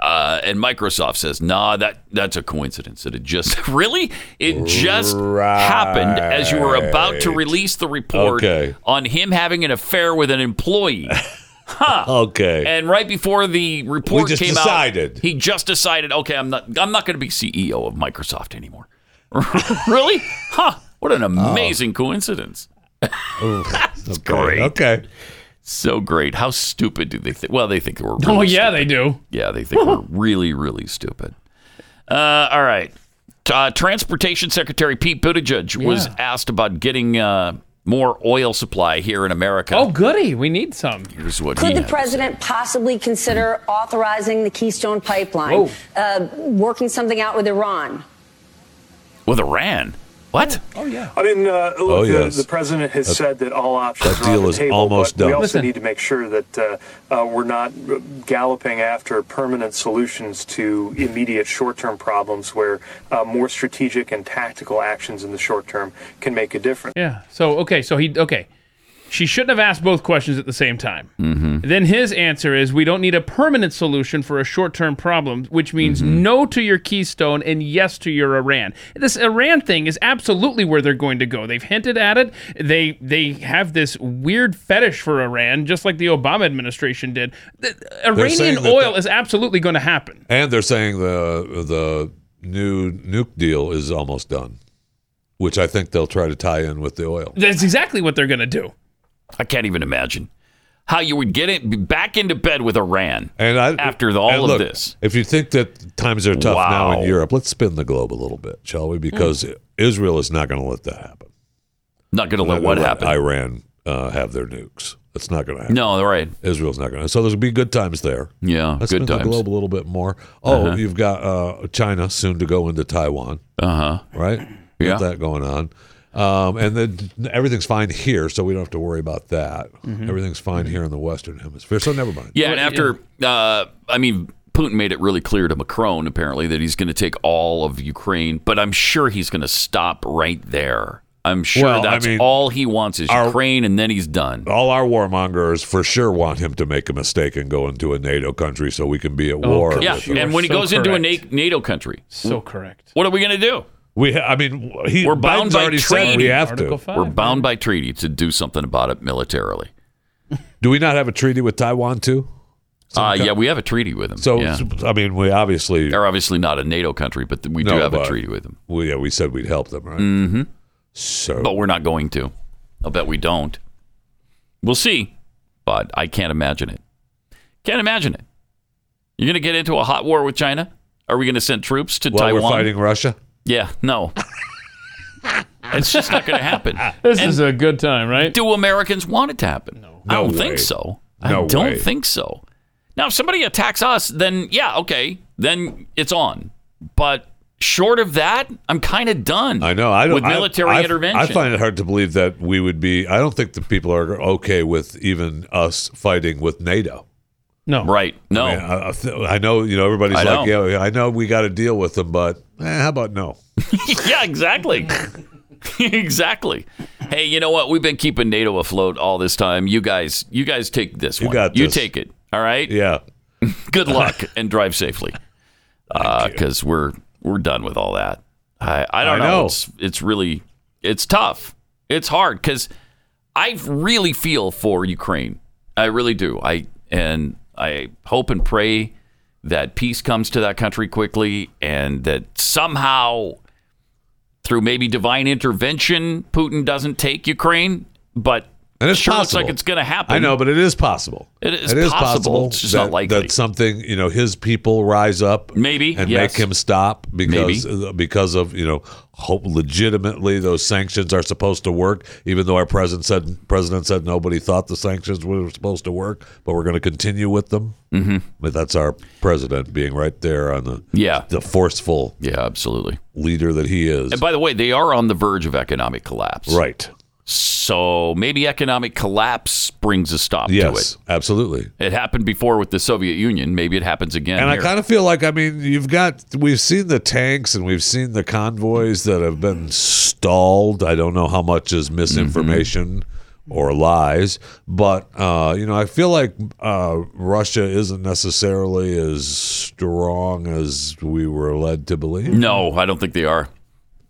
D: uh, and Microsoft says, "Nah, that that's a coincidence. That it just really it just happened as you were about to
E: Right.
D: release the report
E: Okay.
D: on him having an affair with an employee."
E: Okay.
D: Uh, And right before the report
E: just
D: came
E: decided.
D: out, he just decided, okay, I'm not, I'm not going to be CEO of Microsoft anymore. really?
E: Oh.
D: Huh? What an amazing coincidence!
E: That's okay. great. Okay.
D: So great. How stupid do they think? Well, they think we're. Really
F: Oh, yeah,
D: stupid.
F: they do.
D: Yeah, they think we're really, really stupid. Uh, all right. Uh, Transportation Secretary Pete Buttigieg was
F: Yeah.
D: asked about getting uh, more oil supply here in America.
F: Oh, goody. We need some.
D: Here's what he
K: Could the
D: had.
K: president possibly consider authorizing the Keystone
F: Oh.
K: Pipeline, uh, working something out with Iran?
D: with Iran. What?
N: Oh yeah. I mean, uh, look,
D: Oh,
N: the,
D: yes.
N: the president has
D: That-
N: said that all options
D: that
N: are on
D: deal
N: the
D: is
N: table,
D: almost
N: but we
D: done.
N: also
D: Listen.
N: need to make sure that uh, uh, we're not galloping after permanent solutions to immediate short-term problems, where uh, more strategic and tactical actions in the short term can make a difference.
F: Yeah. So okay, so he okay. She shouldn't have asked both questions at the same time.
N: Mhm.
F: Then his answer is we don't need a permanent solution for a short-term problem, which means no to your Keystone and yes to your Iran. This Iran thing is absolutely where they're going to go. They've hinted at it. They they have this weird fetish for Iran, just like the Obama administration did. The-
E: saying
F: Iranian
E: that
F: oil is absolutely going to happen.
E: And they're saying the the new nuke deal is almost done, which I think they'll try to tie in with the oil.
F: That's exactly what they're going to do.
D: I can't even imagine how you would get it back into bed with Iran
E: and I,
D: after the, all
E: And
D: of
E: look,
D: this.
E: If you think that times are tough now
D: Wow. Hmm.
E: in Europe, let's spin the globe a little bit, shall we? Because Israel is not going to let that happen.
D: Not going to let
E: Not gonna
D: what happen?
E: Iran uh, have their nukes. That's not going to happen.
D: No, right.
E: Israel's not going to. So there's going to be good times there.
D: Yeah,
E: Let's
D: good
E: spin the
D: times.
E: globe a little bit more. Oh,
D: Uh-huh.
E: you've got uh, China soon to go into Taiwan.
D: Uh huh.
E: Right.
D: Yeah.
E: Got that going on. Um, and then everything's fine here, so we don't have to worry about that.
D: Mhm.
E: Everything's fine here in the Western Hemisphere, so never mind.
D: Yeah, and after, uh, I mean, Putin made it really clear to Macron, apparently, that he's going to take all of Ukraine, but I'm sure he's going to stop right there. I'm sure
E: Well, I
D: that's
E: mean, Oh,
D: all he wants is Ukraine, and then he's done.
E: All our warmongers for sure want him to make a mistake and go into a NATO country so we can be at
D: Oh,
E: war.
D: yeah,
E: with them.
D: and when he goes into a Na- NATO country,
F: so correct.
D: What are we going to do?
E: We, I mean, he-
D: we're bound
E: Biden's
D: by
E: already said
D: treaty.
E: we have to. Article five,
D: we're bound by treaty to do something about it militarily.
E: do we not have a treaty with Taiwan too? Some
D: Uh,
E: kind-
D: yeah, we have a treaty with them.
E: So,
D: yeah.
E: I mean, we obviously
D: they're obviously not a NATO country, but we do
E: No,
D: have a
E: but-
D: treaty with them.
E: Well, yeah, we said we'd help them, right?
D: Mm-hmm.
E: So,
D: but we're not going to. I'll bet we don't. We'll see, but I can't imagine it. Can't imagine it. You're going to get into a hot war with China? Are we going to send troops to
E: While
D: Taiwan?
E: we're fighting Russia.
D: Yeah, no. it's just not going to happen.
F: This
D: And
F: is a good time, right?
D: Do Americans want it to happen? No. I
F: No
D: don't
F: way.
D: think so.
F: No
D: I don't
F: way.
D: think so. Now, if somebody attacks us, then yeah, okay, then it's on. But short of that, I'm kind of done.
E: I know. I don't.
D: with
E: I-
D: military
E: I,
D: intervention.
E: I find it hard to believe that we would be. I don't think the people are okay with even us fighting with NATO.
F: No.
D: Right. No.
E: I, mean, I- I th- I know. You know. Everybody's
D: I
E: like,
D: know.
E: yeah, I know. We got to deal with them, but eh, how about no?
D: yeah, exactly. exactly. Hey, you know what? We've been keeping NATO afloat all this time. You guys, you guys take this
E: You
D: one.
E: got
D: You
E: this.
D: take it. All right.
E: Yeah.
D: Good luck and drive safely. Because we're we're done with all that. I I don't
E: I
D: know.
E: know.
D: It's it's really it's tough. It's hard because I really feel for Ukraine. I really do. I and I hope and pray that peace comes to that country quickly and that somehow through maybe divine intervention, Putin doesn't take Ukraine, but
E: And it's
D: it sure
E: possible.
D: looks like it's going to happen.
E: I know, but it is possible.
D: It is possible. It's just not likely.
E: that something you know his people rise up
D: Maybe,
E: and
D: yes.
E: make him stop because uh, because of you know hope legitimately those sanctions are supposed to work even though our president said president said nobody thought the sanctions were supposed to work but we're going to continue with them
D: Mhm.
E: but that's our president being right there on the
D: Yeah.
E: the forceful
D: yeah absolutely
E: leader that he is
D: And by the way, they are on the verge of economic collapse.
E: Right.
D: So maybe economic collapse brings a stop
E: yes
D: to
E: absolutely
D: it. It happened before with the Soviet Union. Maybe it happens again.
E: And I
D: here.
E: kind of feel like, I mean, you've got, we've seen the tanks and we've seen the convoys that have been stalled. I don't know how much is misinformation
D: Mm-hmm.
E: or lies, but, uh, you know, I feel like uh, Russia isn't necessarily as strong as we were led to believe.
D: no, I don't think they are.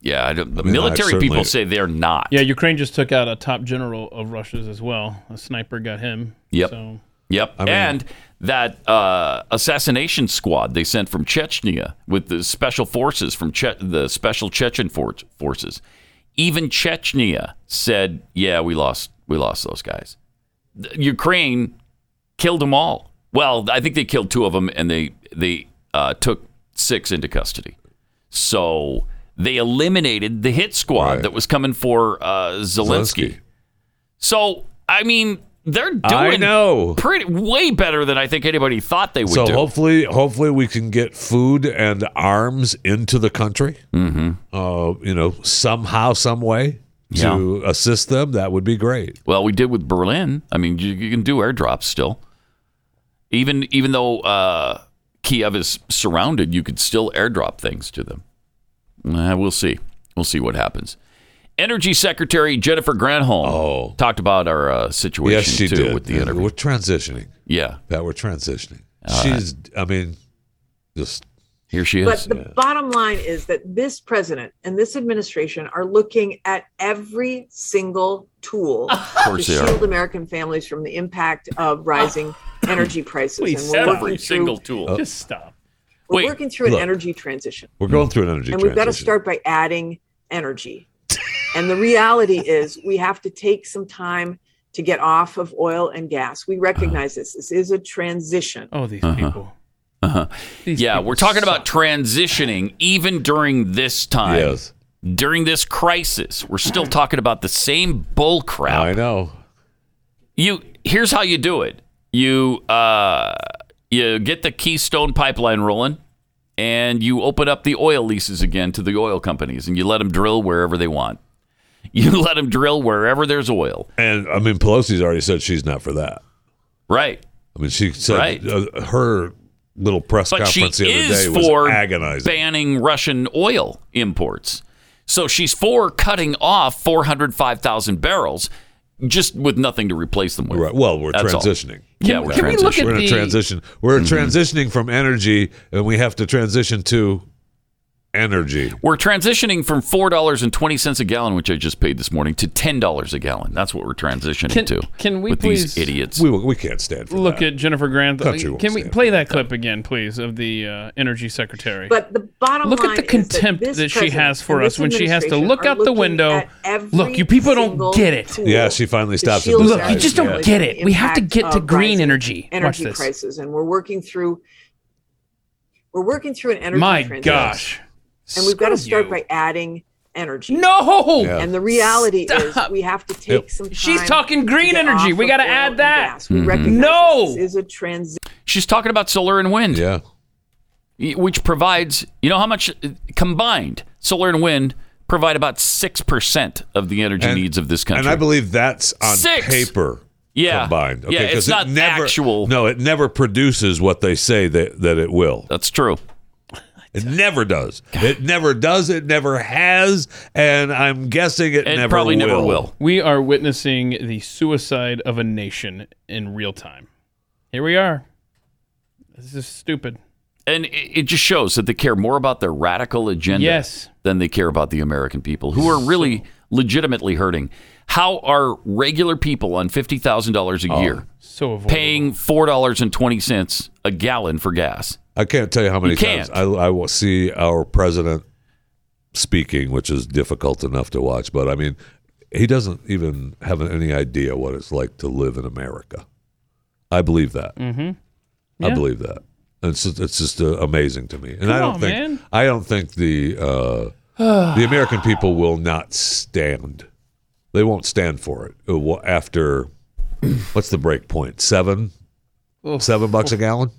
D: Yeah, I don't, the
E: mean, I
D: military
E: certainly-
D: people say they're not.
F: Yeah, Ukraine just took out a top general of Russia's as well. A sniper got him.
D: Yep.
F: So
D: Yep.
F: mean-
D: and that uh, assassination squad they sent from Chechnya with the special forces from che- the special Chechen for- forces. Even Chechnya said, "Yeah, we lost. We lost those guys." Ukraine killed them all. Well, I think they killed two of them, and they they uh, took six into custody. So they eliminated the hit squad that was coming for uh, Zelensky. So I mean, they're doing
E: I know.
D: pretty way better than I think anybody thought they would
E: So
D: do.
E: hopefully, hopefully we can get food and arms into the country. Mm-hmm. Uh, you know, somehow, some way to assist them. That would be great.
D: Well, we did with Berlin. I mean, you, you can do airdrops still. Even even though uh, Kiev is surrounded, you could still airdrop things to them. Uh, we'll see. We'll see what happens. Energy Secretary Jennifer Granholm talked about our uh, situation
E: Oh. Yes, she
D: too
E: did.
D: with the
E: And
D: interview.
E: We're transitioning.
D: Yeah,
E: That we're transitioning.
D: All
E: She's. I mean, just
D: here she
O: But
D: is.
O: the bottom line is that this president and this administration are looking at every single tool to
D: course they are.
O: shield American families from the impact of rising energy prices.
D: Please
O: and we're
D: every
O: working through,
D: single tool.
F: Just stop.
O: Uh, we're
D: Wait,
O: working through
E: look.
O: an energy transition.
E: We're going through an energy
O: and we've got to
E: transition.
O: start by adding energy. and the reality is, we have to take some time to get off of oil and gas. We recognize this. This is a transition.
F: Oh, these people.
D: Uh-huh. Yeah, we're talking about transitioning even during this time.
E: Yes.
D: During this crisis, we're still talking about the same bull crap. I
E: know.
D: You here's how you do it. You uh you get the Keystone pipeline rolling and you open up the oil leases again to the oil companies and you let them drill wherever they want. You let them drill wherever there's oil.
E: And I mean, Pelosi's already said she's not for that.
D: Right.
E: I mean, she said
D: Right.
E: uh, her little press
D: but she
E: conference the other
D: is
E: day was
D: for
E: agonizing.
D: banning Russian oil imports. So she's for cutting off 405,000 barrels just with nothing to replace them with. Right.
E: Well, we're
D: That's all.
E: transitioning.
D: Yeah, we're transitioning.
E: We're in a transition. We're
D: Mm-hmm.
E: transitioning from energy, and we have to transition to energy.
D: We're transitioning from $4.20 a gallon, which I just paid this morning, to $10 a gallon. That's what we're transitioning
F: Can-
D: to.
F: can we
D: with
F: please-
D: these idiots?
E: We, we can't stand
F: Look at Jennifer Grant.
D: Country won't
F: Can we play that clip again, please, of the uh, energy secretary?
O: But the bottom
F: look at
O: line
F: the
O: is that
F: contempt
O: this
F: that, she
O: president
F: has for
O: and
F: us
O: this
F: when she has to
O: administration
F: look
O: are
F: out the
O: looking
F: window.
O: at every
F: Look, you people
O: single
F: don't get it.
O: tool
E: Yeah, she finally stops. and
O: shield
E: decides,
F: Look, you just
E: yeah.
F: don't get it. We have to
O: impact
F: get to
O: of
F: green
O: rising
F: energy. Watch
O: energy
F: this.
O: prices, and we're working through. We're working through an energy.
F: My
O: transition.
F: gosh.
O: And we've got to
F: Screw
O: start
F: you.
O: by adding energy.
F: No! Yeah.
O: And the reality is,
F: Stop.
O: we have to take
F: Yep. Mm-hmm.
O: some. Time
F: She's talking green
O: to get
F: energy.
O: off
F: We
O: of
F: got to
O: oil
F: add
O: and
F: that.
O: gas. We recognize
F: No.
O: this is a transition.
D: She's talking about solar and wind.
E: Yeah.
D: Which provides, you know how much uh, combined solar and wind provide about 6% of the energy needs of this country.
E: And I believe that's on
D: Six.
E: paper.
D: Yeah.
E: Combined.
D: Yeah,
E: 'cause
D: it's not
E: never,
D: actual.
E: No, it never produces what they say that, that it will.
D: That's true.
E: It never does. It never does. It never has. And I'm guessing it, never will.
F: We are witnessing the suicide of a nation in real time. Here we are. This is stupid.
D: And it it just shows that they care more about their radical agenda
F: Yes.
D: than they care about the American people, who are really legitimately hurting. How are regular people on fifty thousand dollars a
E: Oh,
D: year
F: So avoidable.
D: paying four dollars and twenty cents a gallon for gas?
E: I can't tell you how many
D: You
E: times I, I will see our president speaking, which is difficult enough to watch. But I mean, he doesn't even have any idea what it's like to live in America. I believe that.
F: Mhm.
E: I
F: Yeah.
E: believe that. It's just, it's just uh, amazing to me, and
F: Come
E: I don't
F: on,
E: think
F: man.
E: I don't think the uh, the American people will not stand. They won't stand for it Uh, wha- after what's the break point? Seven,
F: Oh,
E: seven bucks a gallon,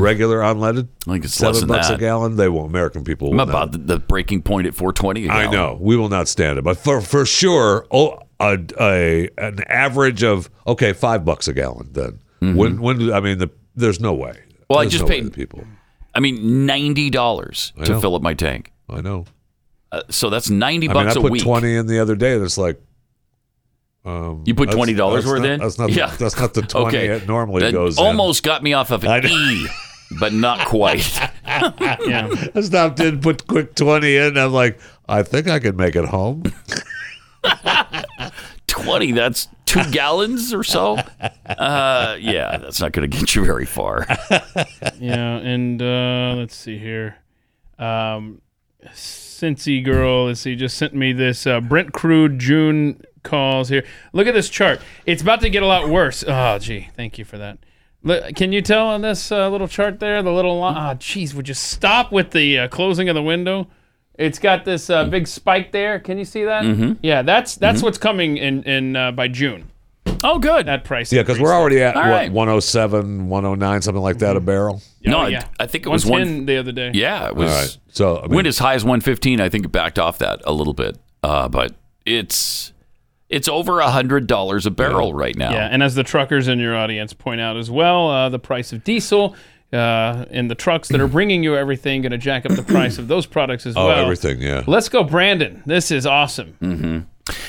E: regular unleaded.
D: I think it's
E: seven
D: less than
E: bucks
D: that.
E: a gallon. They will. American people.
D: I'm
E: Will
D: about the, the breaking point at four twenty.
E: I know we will not stand it, but for for sure, oh, a, a an average of okay, five bucks a gallon. Then when when I mean, the, there's no way.
D: Mm-hmm. Well, I
E: There's
D: just
E: no way
D: paid
E: the people.
D: I mean, ninety dollars
E: I
D: to
E: know.
D: fill up my tank.
E: I know.
D: Uh, so that's ninety
E: I mean, I
D: bucks
E: put
D: a week.
E: twenty in the other day, and it's like. Um,
D: You put
E: that's-
D: twenty dollars
E: that's
D: worth
E: not-
D: in?
E: That's not.
D: Yeah.
E: That's not the twenty
D: Okay.
E: it normally
D: That
E: goes. in.
D: Almost got me off of an E, but not quite.
E: I stopped in, put quick twenty in. I'm like, I think I can make it home.
D: Twenty. That's two gallons or so. Uh, yeah, that's not going to get you very far.
F: yeah, and uh, let's see here. Um, Cincy girl, let's see, just sent me this uh, Brent Crude June calls here. Look at this chart. It's about to get a lot worse. Oh, gee, thank you for that. Look, can you tell on this uh, little chart there, the little line? Ah, geez, would you stop with the uh, closing of the window? It's got this uh, big spike there. Can you see that?
D: Mm-hmm.
E: Mhm.
F: Yeah, that's that's
E: Mhm.
F: what's coming in in uh, by June.
D: Oh, good.
F: That price.
E: Yeah, because we're already at
F: All
E: what,
F: right.
E: 107, 109, something like that a barrel.
D: no,
F: Oh,
D: I-
F: yeah.
D: I think it was
F: 110
D: one
F: the other day.
D: Yeah, it was.
E: All right. So
D: went as high as 115. I think it backed off that a little bit, uh, but it's it's over a hundred dollars a barrel right now.
F: Yeah, and as the truckers in your audience point out as well, uh, the price of diesel uh, and the trucks that are bringing you everything going to jack up the price of those products as
E: Oh,
F: well.
E: everything, yeah.
F: Let's go, Brandon. This is awesome.
D: hmm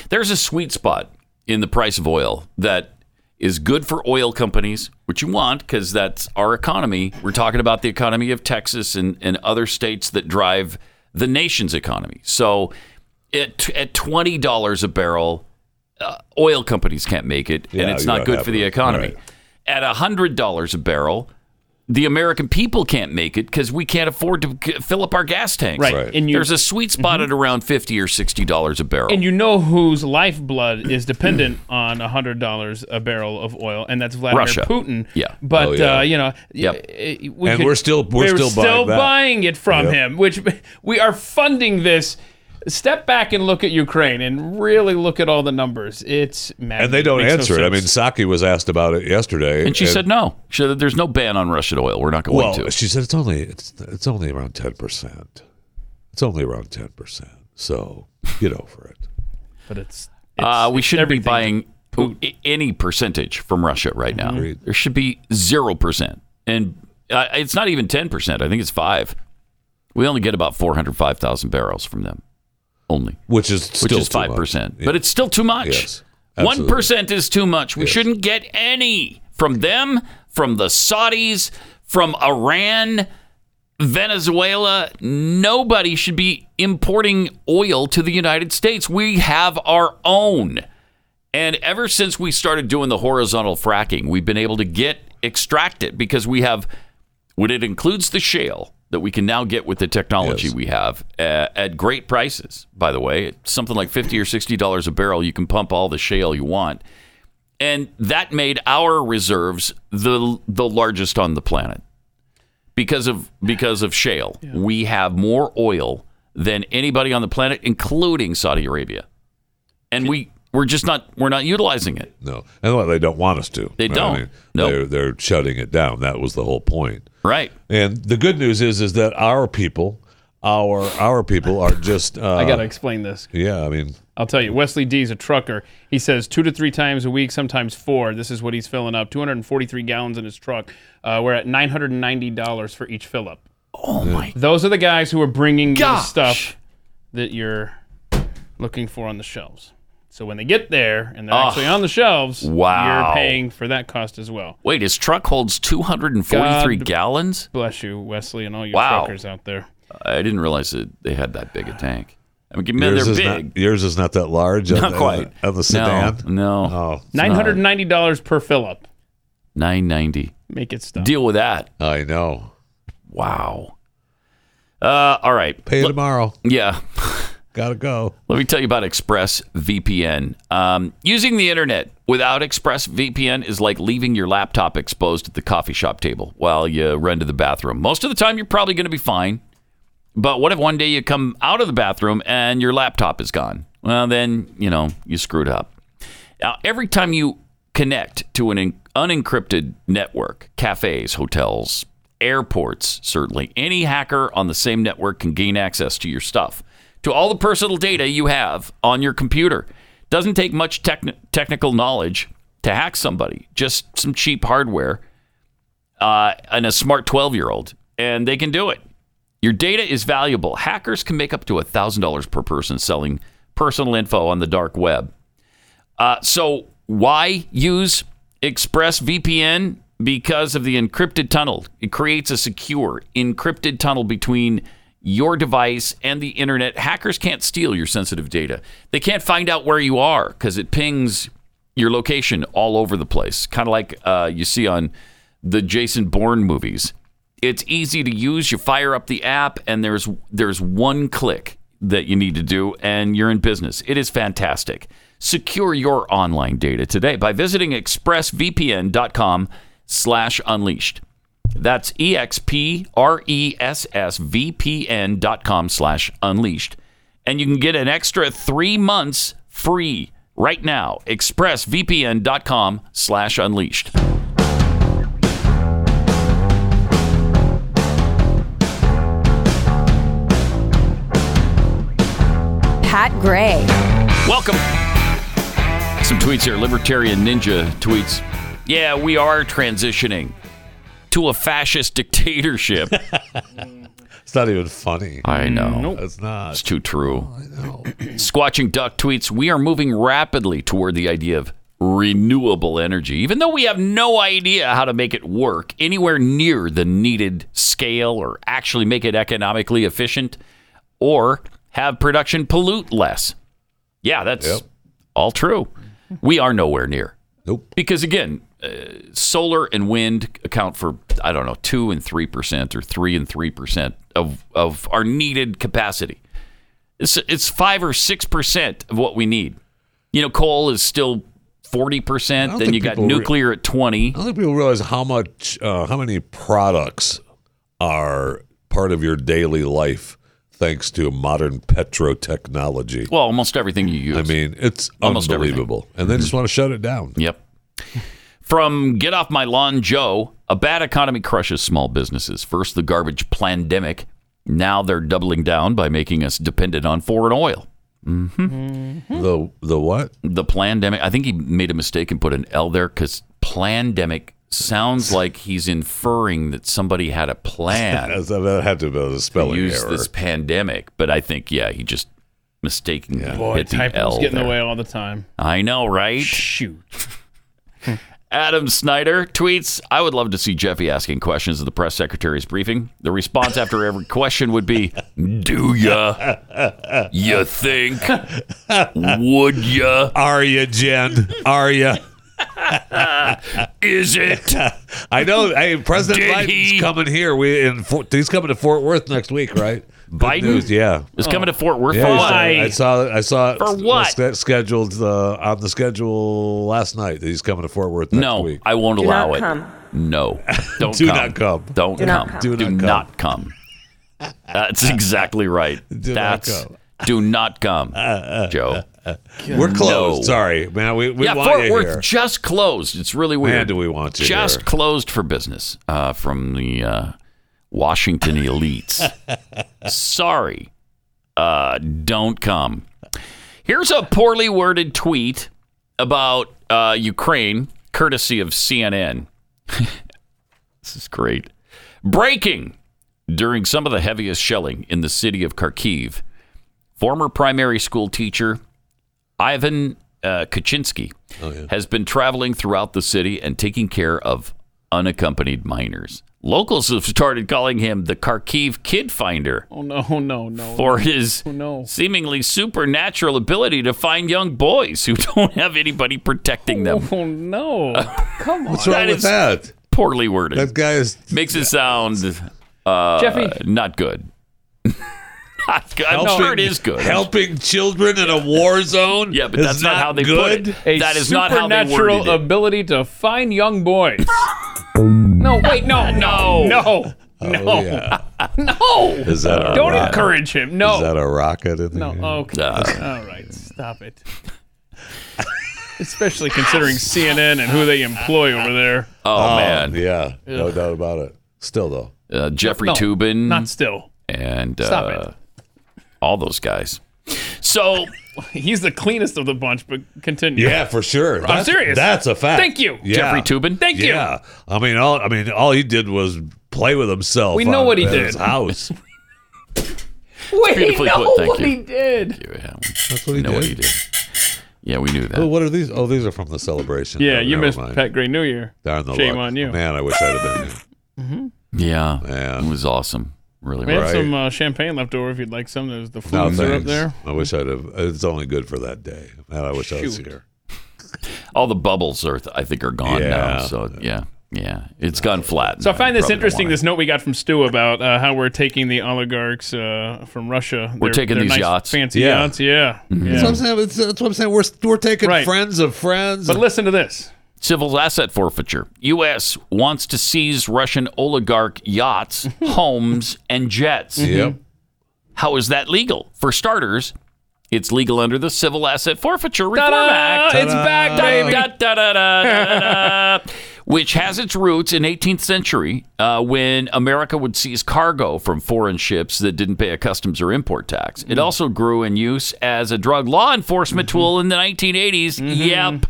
D: There's a sweet spot in the price of oil that is good for oil companies, which you want because that's our economy. We're talking about the economy of Texas and, and other states that drive the nation's economy. So at, at $20 a barrel, uh, oil companies can't make it, and
E: Yeah,
D: it's
E: you
D: not
E: don't
D: good
E: have
D: for the
E: it.
D: economy. At $100 a barrel, the American people can't make it because we can't afford to g- fill up our gas tanks.
F: Right, Right. and you- Mm-hmm.
D: There's a sweet spot at around 50 or $60 a barrel.
F: And you know whose lifeblood is dependent
E: Mm.
F: on $100 a barrel of oil, and that's Vladimir
D: Russia.
F: Putin.
D: Yeah.
F: But,
D: Oh, yeah.
F: uh, you know, eh,
D: Yep.
F: y-
E: And we're still- we're still buying that.
F: buying it from
E: Yep.
F: him, which we are funding this. Step back and look at Ukraine and really look at all the numbers. It's mad.
E: And they don't answer it. I mean, Saki was asked about it yesterday.
D: And she said no. She said there's no ban on Russian oil. We're not going
E: Well,
D: to.
E: she said it's only it's it's only around ten percent. It's only around ten percent. So get over it.
F: But it's
D: uh, we shouldn't be buying a- any percentage from Russia right now. There should be zero percent, and uh, it's not even ten percent. I think it's five. We only get about four hundred five thousand barrels from them, only,
E: which is still
D: which is
E: too much.
D: five percent.
E: Yeah.
D: But it's still too much.
E: Yes,
D: One
E: absolutely.
D: percent is too much. We shouldn't get any from them, from the Saudis, from Iran. Venezuela, nobody should be importing oil to the United States. We have our own. And ever since we started doing the horizontal fracking, we've been able to get extract it because we have what it includes the shale that we can now get with the technology we have uh, at great prices. By the way, It's something like 50 or 60 dollars a barrel, you can pump all the shale you want. And that made our reserves the the largest on the planet because of because of shale. We have more oil than anybody on the planet, including Saudi Arabia, and we we're just not we're not utilizing it.
E: No, and well, they don't want us to.
D: They don't. No.
E: they're, they're shutting it down. That was the whole point.
D: Right.
E: And the good news is, is that our people, our our people are just. Uh,
F: I got to explain this.
E: Yeah, I mean,
F: I'll tell you, Wesley D's a trucker. He says two to three times a week, sometimes four. This is what he's filling up 243 gallons in his truck. Uh, we're at $990 for each fill up.
D: Oh, my.
F: Those are the guys who are bringing the
D: Gosh.
F: stuff that you're looking for on the shelves. So when they get there and they're
D: Ugh.
F: actually on the shelves,
D: Wow.
F: you're paying for that cost as well.
D: Wait, his truck holds 243
F: God
D: gallons.
F: Bless you, Wesley, and all your
D: Wow.
F: truckers out there.
D: I didn't realize that they had that big a tank. I mean, man,
E: yours
D: they're
E: is
D: big.
E: not yours is not that large. on
D: Not
E: the-
D: quite.
E: on the sedan.
D: No,
E: Oh,
F: $990 per fill up.
D: nine ninety.
F: Make it stop.
D: Deal with that.
E: Oh, I know.
D: Wow. Uh, all right.
E: Pay tomorrow.
D: Yeah.
E: Gotta go.
D: Let me tell you about ExpressVPN. Um, using the internet without ExpressVPN is like leaving your laptop exposed at the coffee shop table while you run to the bathroom. Most of the time, you're probably going to be fine. But what if one day you come out of the bathroom and your laptop is gone? Well, then, you know, you screwed up. Now, every time you connect to an en- unencrypted network, cafes, hotels, airports, certainly, any hacker on the same network can gain access to your stuff, to all the personal data you have on your computer. Doesn't take much techni- technical knowledge to hack somebody, just some cheap hardware uh, and a smart 12 year old, and they can do it. Your data is valuable. Hackers can make up to $1,000 per person selling personal info on the dark web. Uh, so, why use ExpressVPN? Because of the encrypted tunnel. It creates a secure, encrypted tunnel between your device and the internet. Hackers can't steal your sensitive data. They can't find out where you are because it pings your location all over the place, kind of like uh, you see on the Jason Bourne movies. It's easy to use. You fire up the app, and there's there's one click that you need to do, and you're in business. It is fantastic. Secure your online data today by visiting expressvpn.com slash unleashed. That's E E-X-P-R-E-S-S-V-P-N dot com slash unleashed. And you can get an extra three months free right now. Expressvpn.com slash unleashed.
P: Pat Gray.
D: Welcome. Some tweets here. Libertarian Ninja tweets. Yeah, we are transitioning to a fascist dictatorship.
E: It's not even funny.
D: I know.
E: It's not.
D: It's too true. Squatching Duck tweets We are moving rapidly toward the idea of renewable energy, even though we have no idea how to make it work anywhere near the needed scale or actually make it economically efficient or have production pollute less. Yeah, that's all true. We are nowhere near. Nope. Because again, uh, solar and wind account for I don't know two and three percent or three and three percent of of our needed capacity. It's it's five or six percent of what we need. You know, coal is still forty percent. Then you got nuclear. at twenty. I
E: don't think people realize how much, uh, how many products are part of your daily life thanks to modern petro technology.
D: Well, almost everything you use.
E: I mean, it's
D: Almost everything.
E: unbelievable, and they just want to shut it down.
D: Yep. From Get Off My Lawn Joe, a bad economy crushes small businesses. First, the garbage pandemic. Now they're doubling down by making us dependent on foreign oil. hmm The
E: the what?
D: The pandemic. I think he made a mistake and put an L there because pandemic sounds like he's inferring that somebody had a plan.
E: that had to be a spelling
D: use
E: error.
D: this pandemic, but I think yeah, he just mistakenly
F: Boy,
D: hit the
F: typos
D: L.
F: get in the
D: there.
F: way all the time.
D: I know, right? Shoot. Adam Snyder tweets, I would love to see Jeffy asking questions of the press secretary's briefing. The response after every question would be, Do ya? You think? Would ya?
E: Are ya, Jen? Are ya?
D: Is it?
E: I know. Hey, President
D: Did
E: Biden's
D: he?
E: coming here. We in Fort, he's coming to Fort Worth next week, right? Good
D: Biden?
E: news, yeah,
D: Is coming to Fort Worth?
E: Oh. Yeah,
D: For
E: he's-
D: why?
E: I saw. I saw. it
D: For
E: was
D: what?
E: sch- Scheduled uh, on the schedule last night. that He's coming to Fort Worth next
D: No,
E: week.
D: I won't Do allow not it. come. No. Don't
E: Do
D: come.
E: not come.
D: Don't
E: Do not
D: come.
E: come.
D: Do,
E: Do
D: not,
E: not come.
D: come. That's exactly right.
E: Do not
D: That's
E: come.
D: do not come, Joe.
E: We're closed. Sorry, man. We, we
D: yeah,
E: want
D: Fort
E: you
D: Worth
E: here.
D: just closed. It's really weird.
E: Man, do we want you
D: Just
E: here.
D: closed for business uh, from the uh, Washington elites. Sorry, uh, don't come. Here's a poorly worded tweet about uh, Ukraine, courtesy of CNN. This is great. Breaking during some of the heaviest shelling in the city of Kharkiv, former primary school teacher Ivan uh, Kaczynski has been traveling throughout the city and taking care of unaccompanied minors. Locals have started calling him the Kharkiv Kid Finder
F: Oh no, no, no.
D: for his
F: Oh, no.
D: seemingly supernatural ability to find young boys who don't have anybody protecting them.
F: Oh no. Come on.
D: What's wrong That with is- that? Poorly worded.
E: That guy is
D: makes it sound uh,
F: Jeffy.
D: not good. Not good. I'm
E: Helping-
D: sure it is good.
E: Helping children in a war zone.
D: Yeah, but
E: is
D: that's not how they put
E: good.
D: it. A That is not how they worded
F: supernatural
D: it.
F: ability to find young boys. no, wait, no, no, no, no,
E: Oh, yeah.
F: no.
E: Is that a
F: Don't
E: rock?
F: encourage him. No.
E: Is that a rocket in
F: no.
E: there?
F: Okay.
E: Uh.
F: All right. Stop it. Especially considering CNN and who they employ over there.
E: Um,
D: Oh, man,
E: yeah, no
F: Ugh.
E: doubt about it. Still though,
D: uh, Jeffrey
F: No,
D: Tubin,
F: not still.
D: and
F: Stop
D: uh, all those guys. So
F: he's the cleanest of the bunch, but continue.
E: yeah, for sure.
F: I'm serious.
E: That's a fact.
F: Thank you.
E: Yeah.
F: Jeffrey Toobin. Thank you.
E: Yeah, I mean, all I mean, all he did was play with himself.
F: We know
E: on-
F: what he
E: at
F: did.
E: His house.
F: We
E: beautifully
F: know
E: put, thank
F: what
E: you.
F: he did.
E: That's what he
D: know
E: did.
D: what he did. Yeah, we knew that.
E: Oh, what are these? Oh, these are from the celebration.
F: Yeah,
E: Oh,
F: you
E: never
F: missed
E: mind.
F: Pat Gray New Year.
E: Darn the
F: Shame
E: luck.
F: on you.
E: Man, I wish I'd have been.
D: Yeah, it was awesome. Really,
F: We have
D: was.
F: some uh, champagne left over if you'd like some. There's
E: No,
F: the fluids are up
E: thanks.
F: there.
E: I wish I'd have. It's only good for that day. Man, I wish I was
F: Shoot.
E: here.
D: all the bubbles are, I think, are gone now.
E: Yeah.
D: So yeah, Yeah, it's gone flat.
F: So I find this
D: Probably don't
F: interesting.
D: wanna-
F: This note we got from Stu about uh, how we're taking the oligarchs uh, from Russia.
D: We're taking these
F: nice
D: yachts.
F: fancy
D: Yeah. Mm-hmm.
F: yachts. Yeah,
E: That's what I'm saying. That's, that's what I'm saying. We're, we're taking
F: Right.
E: friends of friends.
F: But listen to this.
D: Civil asset forfeiture. U.S. wants to seize Russian oligarch yachts, homes, and jets.
E: Yep.
D: How is that legal? For starters, it's legal under the Civil Asset Forfeiture Reform
F: Ta-da!
D: Act.
F: It's back, baby.
D: Da-da-da-da-da-da. Which has its roots in 18th century uh, when America would seize cargo from foreign ships that didn't pay a customs or import tax.
E: Mm-hmm.
D: It also grew in use as a drug law enforcement tool in the 1980s.
E: Mm-hmm.
D: Yep.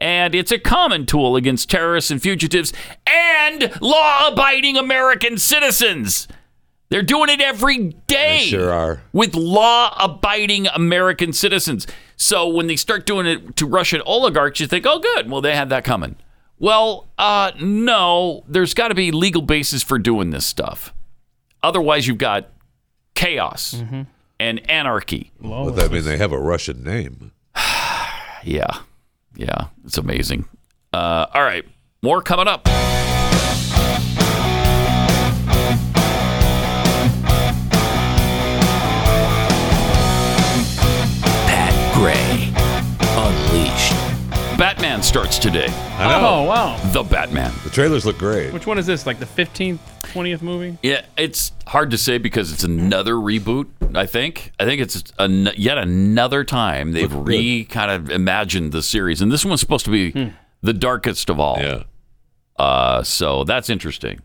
D: And it's a common tool against terrorists and fugitives and law abiding American citizens. They're doing it every day.
E: sure are.
D: With law abiding American citizens. So when they start doing it to Russian oligarchs, you think, oh, good. Well, they had that coming. Well, uh, no, there's got to be legal basis for doing this stuff. Otherwise, you've got chaos and anarchy.
E: But that mean they have a Russian name.
D: yeah. Yeah. It's amazing. Uh, all right. More coming up. Pat Gray Unleashed. Batman starts today.
E: I know. Oh, wow.
D: The Batman.
E: The trailers look great.
F: Which one is this? Like the fifteenth, twentieth movie?
D: Yeah, it's hard to say because it's another reboot. I think. I think it's an, yet another time they've re kind of imagined the series, and this one's supposed to be the darkest of all. Yeah. Uh, so that's interesting.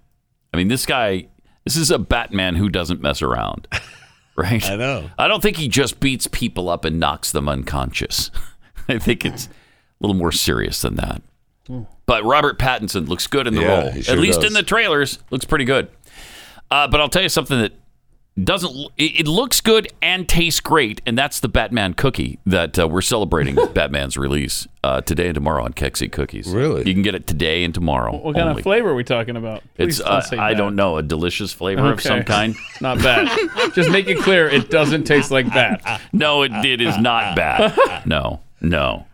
D: I mean, this guy, this is a Batman who doesn't mess around, right? I know. I don't think he just beats people up and knocks them unconscious. I think it's a little more serious than that. But Robert Pattinson looks good in the
E: Yeah,
D: role.
E: he sure
D: At least
E: does.
D: in the trailers, looks pretty good. Uh, but I'll tell you something that doesn't. l- It, it looks good and tastes great, and that's the Batman cookie that uh, we're celebrating Batman's release uh, today and tomorrow on Kexi Cookies. Really? You can get it today and tomorrow.
F: What kind
D: only.
F: of flavor are we talking about?
D: It's
F: Please
D: uh,
F: say
D: I
F: bad.
D: don't know a delicious flavor of
F: Okay.
D: some kind.
F: Not bad. Just make it clear it doesn't taste like that.
D: No, it, it is not bad. No, no.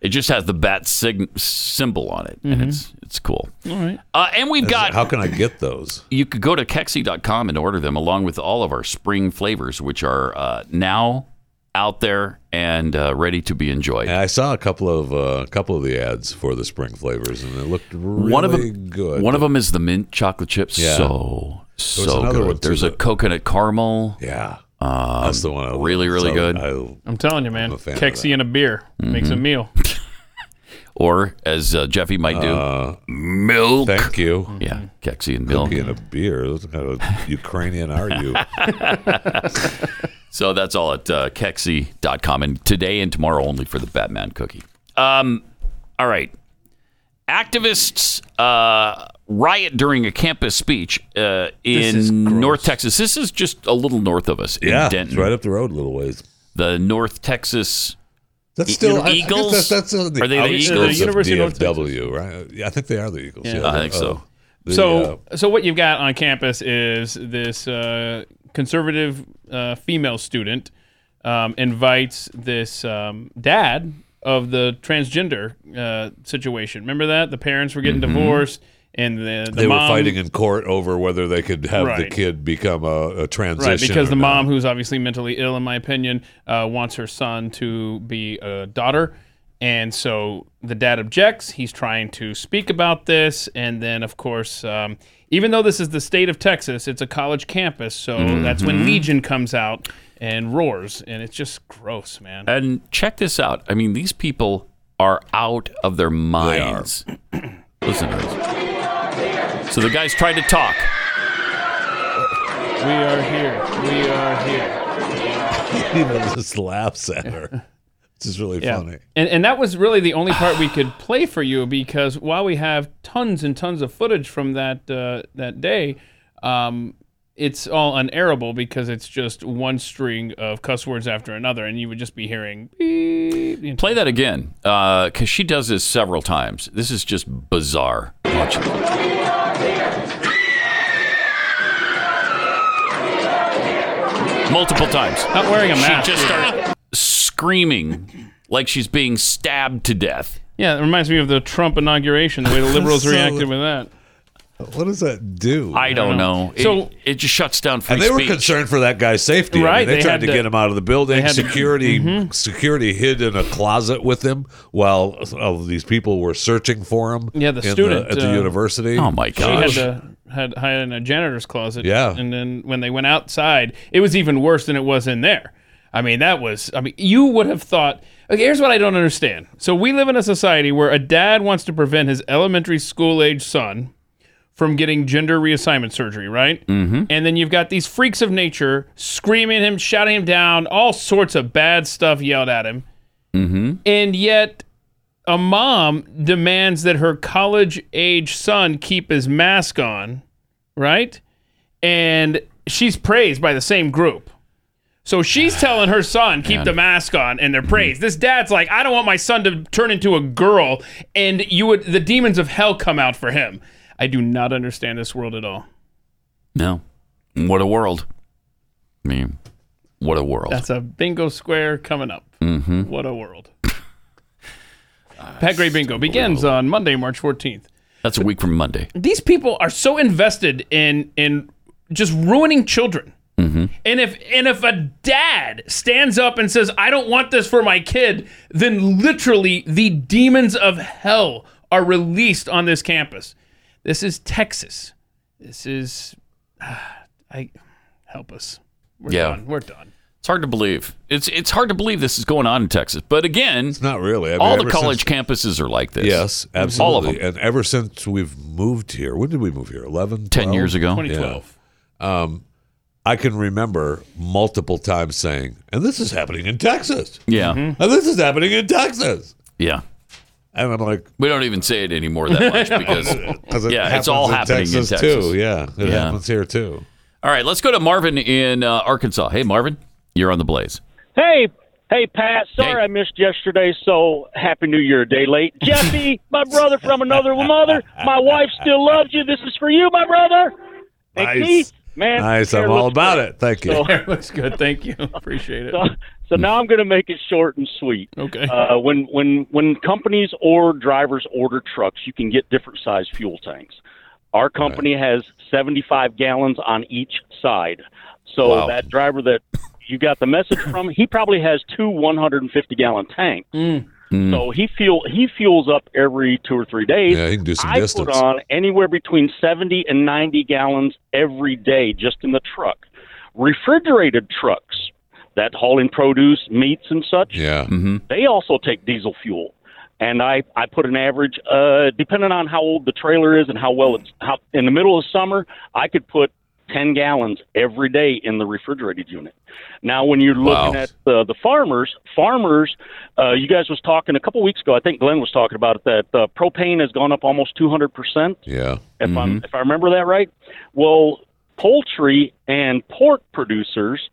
D: It just has the bat sig- symbol on it, and it's it's cool. All
F: right.
D: Uh, and we've got.
E: How can I get those?
D: You could go to Kexi.com and order them along with all of our spring flavors, which are uh, now out there and uh, ready to be enjoyed.
E: I saw a couple of uh, a couple of the ads for the spring flavors, and it looked really
D: one of them,
E: good.
D: One of them is the mint chocolate chips.
E: Yeah.
D: So
E: There
D: so
E: was another
D: good.
E: one, too,
D: There's a
E: that-
D: coconut caramel.
E: Yeah,
D: um, that's the one. really, really
E: So
D: good.
F: I'm telling you, man.
D: a fan of
F: Kexi and a beer makes a
D: Mhm.
F: meal.
D: or as uh, Jeffy might do, milk. Thank you. Yeah, Kexi and milk.
E: Cookie and a beer. What kind of Ukrainian are you?
D: So that's all at uh, Kexi.com. And today and tomorrow only for the Batman cookie. Um, all right. Activists uh, riot during a campus speech uh, in North Texas. This is just a little north of us in
E: yeah,
D: Denton.
E: it's right up the road a little ways.
D: The North Texas
E: That's
D: E-
E: still I- I guess
D: Eagles.
E: that's- that's on the
D: Are they the
E: outskirts
D: Eagles?
E: of DFW, right? Yeah, I think they are the Eagles. Yeah,
D: I think so.
E: The, uh,
F: so, so what you've got on campus is this uh, conservative uh, female student um, invites this um, dad of the transgender uh, situation. Remember that the parents were getting divorced, and the, the
E: Mm-hmm. they
F: mom,
E: were fighting in court over whether they could have the
F: Right.
E: kid become a, a transition.
F: Right, because
E: or
F: the
E: not.
F: mom, who's obviously mentally ill, in my opinion, uh, wants her son to be a daughter. And so the dad objects. He's trying to speak about this. And then, of course, um, even though this is the state of Texas, it's a college campus. So that's when
D: Mhm.
F: Legion comes out and roars. And it's just gross, man.
D: And check this out. I mean, these people are out of their minds. Listen to this. So the guy's trying to talk.
F: We are here. We are here.
E: He just laughs at her. It's just really
F: Yeah.
E: funny.
F: And, and that was really the only part we could play for you because while we have tons and tons of footage from that uh, that day, um, it's all unairable because it's just one string of cuss words after another, and you would just be hearing. beep the entire-
D: Play that again, because she does this several times. This is just bizarre. Watch it. Multiple times.
F: Not wearing a mask.
D: She just starts screaming like she's being stabbed to death.
F: Yeah, it reminds me of the Trump inauguration, the way the liberals
E: So-
F: reacted with that.
E: What does that do?
D: I don't know. It,
F: So-
D: it just shuts down free
E: and they were
D: speech.
E: concerned for that guy's safety. I mean,
D: Right,
E: they,
D: they
E: tried
D: had
E: to,
D: to-
E: get him out of the
D: they
E: building.
D: had to- Mm-hmm.
E: Security, security hid in a closet with him while all these people were searching for him.
F: Yeah, the
E: in
F: student
E: at the
F: uh,
E: university.
D: Oh,
F: She had to had hide in a janitor's closet.
E: Yeah.
F: and then when they went outside, it was even worse than it was in there. I mean, that was. I mean, you would have thought. Okay, here's what I don't understand. So we live in a society where a dad wants to prevent his elementary school age son from getting gender reassignment surgery, right?
D: Mm-hmm.
F: And then you've got these freaks of nature screaming at him, shouting him down, all sorts of bad stuff yelled at him.
D: Mm-hmm.
F: And yet, a mom demands that her college age son keep his mask on, right? And she's praised by the same group. So she's telling her son, keep
D: Man.
F: the mask on, and they're praised. This dad's like, I don't want my son to turn into a girl, and you would the demons of hell come out for him. I do not understand this world at all.
D: No. What a world. I mean, what a world.
F: That's a bingo square coming up.
D: Mhm.
F: What a world. Pat Gray Bingo begins on Monday, March 14th.
D: That's a week from Monday.
F: These people are so invested in in just ruining children.
D: Mm-hmm.
F: And if and if a dad stands up and says, "I don't want this for my kid," then literally the demons of hell are released on this campus. This is Texas. This is ah, I help us. We're
D: Yeah.
F: done. We're done.
D: It's hard to believe. It's it's hard to believe this is going on in Texas. But again, it's
E: not really. I mean,
D: all the
E: ever
D: college
E: since-
D: campuses are like this.
E: Yes, absolutely.
D: All of them.
E: And ever since we've moved here, when did we move here? 11,
D: 10
E: 12?
D: years ago.
E: Yeah.
D: 2012.
E: Um, I can remember multiple times saying, and this is happening in Texas.
D: Yeah. Mm-hmm.
E: And this is happening in Texas.
D: Yeah.
E: And I'm like,
D: we don't even say it anymore that much because
E: 'Cause it
D: yeah, it's all happening
E: happens
D: in Texas
E: too. Yeah, it
D: Yeah.
E: happens here too.
D: All right, let's go to Marvin in uh, Arkansas. Hey, Marvin, you're on the blaze.
Q: Hey, hey, Pat. Sorry I missed yesterday. So happy New Year, a day late. Jeffy, my brother from another mother. My wife still loves you. This is for you, my brother. And
E: Nice.
Q: Keith, man,
E: nice.
Q: hair
E: I'm all
Q: looks
E: about
Q: great.
E: it. Thank you.
Q: So-
F: Hair looks good. Thank you. Appreciate it.
Q: So, so now I'm going to make it short and sweet.
F: Okay.
Q: Uh, when when when companies or drivers order trucks, you can get different size fuel tanks. Our company has 75 gallons on each side. So
R: Wow.
Q: that driver that you got the message from, he probably has two 150 gallon tanks. So he fuel he fuels up every two or three days.
E: Yeah, he can do some
Q: I
E: distance.
Q: put on anywhere between seventy and ninety gallons every day just in the truck. Refrigerated trucks that haul in produce, meats, and such.
E: Yeah.
D: Mm-hmm.
Q: They also take diesel fuel. And I, I put an average, uh, depending on how old the trailer is and how well it's, how, in the middle of summer, I could put 10 gallons every day in the refrigerated unit. Now, when you're looking
S: Wow.
Q: at uh, the, the farmers, farmers, uh, you guys was talking a couple weeks ago, I think Glenn was talking about it, that uh, propane has gone up almost 200%
E: Yeah.
Q: if I'm if I remember that right. Well, poultry and pork producers,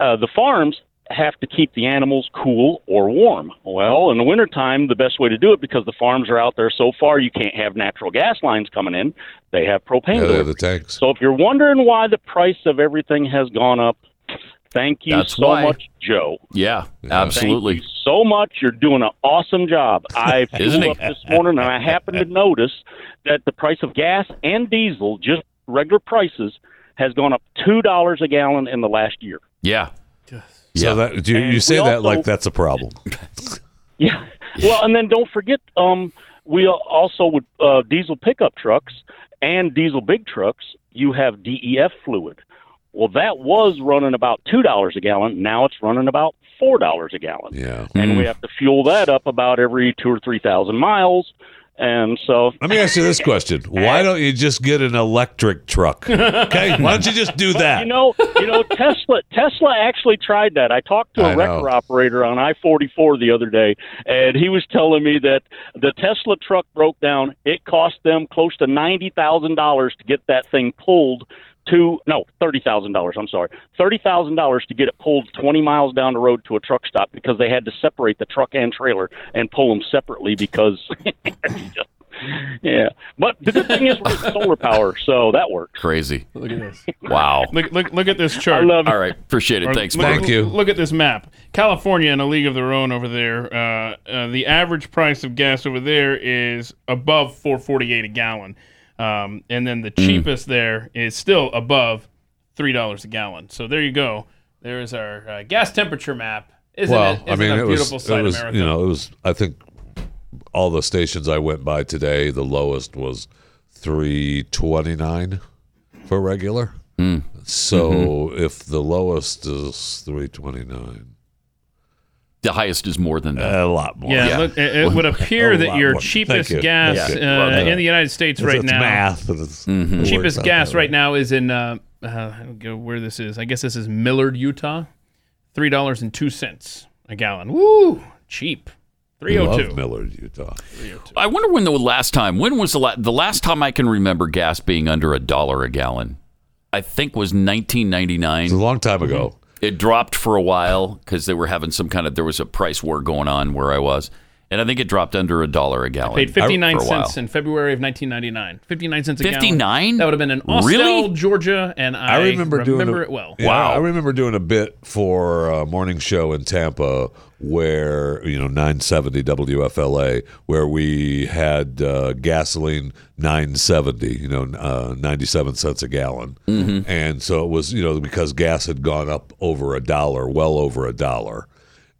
Q: uh, the farms have to keep the animals cool or warm. Well, in the wintertime, the best way to do it because the farms are out there so far, you can't have natural gas lines coming in. They have propane.
E: Yeah, they have
Q: delivery.
E: the tanks.
Q: So if you're wondering why the price of everything has gone up, thank you
D: That's
Q: so
D: why.
Q: much, Joe.
D: Yeah, absolutely.
Q: Thank you so much. You're doing an awesome job. I
D: Isn't
Q: flew
D: he?
Q: up this morning and I happened to notice that the price of gas and diesel, just regular prices, has gone up two dollars a gallon in the last year.
D: Yeah.
E: So that you, you
Q: we
E: say that like
Q: also-
E: that's a problem.
Q: Yeah. Well, and then don't forget, um, we also with uh, diesel pickup trucks and diesel big trucks, you have DEF fluid. Well, that was running about two dollars a gallon. Now it's running about four dollars a gallon.
E: Yeah.
Q: and we have to fuel that up about every two or three thousand miles. And so,
E: Let me ask you this question: Why don't you just get an electric truck? Okay, why don't you just do
Q: Well,
E: that?
Q: You know, you know, Tesla. Tesla actually tried that. I talked to a
E: I
Q: wrecker
E: know.
Q: operator on I forty four the other day, and he was telling me that the Tesla truck broke down. It cost them close to ninety thousand dollars to get that thing pulled to no thirty thousand dollars. I'm sorry, thirty thousand dollars to get it pulled twenty miles down the road to a truck stop because they had to separate the truck and trailer and pull them separately because yeah. But the good thing is we're solar power, so that works.
D: Crazy.
F: Look at this.
D: Wow.
F: Look, look, look at this chart. I love
D: All right. Appreciate it. Thanks,
F: look,
D: Mark.
F: look- Look at this map. California in a league of their own over there. Uh, uh, the average price of gas over there is above 4.48 a gallon, um, and then the
E: Hmm.
F: cheapest there is still above three dollars a gallon. So there you go. There is our uh, gas temperature map. Isn't
E: well,
F: it? Isn't
E: I mean,
F: it a
E: it
F: beautiful
E: was,
F: sight,
E: it was
F: America?
E: you know, it was. I think all the stations I went by today, the lowest was three twenty nine for regular. So if the lowest is three twenty nine,
D: the highest is more than that.
E: A lot more.
F: Yeah, look, it, it would appear that your cheapest gas uh, in the United States right now, cheapest gas right now is in uh, uh, I don't know where this is. I guess this is Millard, Utah, three dollars and two cents a gallon. Woo, cheap. Three oh two.
E: Millard, Utah.
D: I wonder when the last time. When was the la- the last time I can remember gas being under a dollar a gallon? I think was 1999. It's a
E: long time ago.
F: Mm-hmm.
D: It dropped for a while because they were having some kind of there was a price war going on where I was, and I think it dropped under a dollar a gallon.
F: Paid 59
D: for a while.
F: cents in February of 1999. 59 cents a gallon.
D: 59?
F: That would have been in Austell,
D: Really?
F: Georgia, and I,
E: remember, doing a-
F: it well.
E: yeah, I remember doing a bit for a morning show in Tampa where, you know, 970 WFLA, where we had uh, gasoline 970, you know, uh, 97 cents a gallon.
D: Mm-hmm.
R: Mhm.
E: And so it was, you know, because gas had gone up over a dollar, well over a dollar.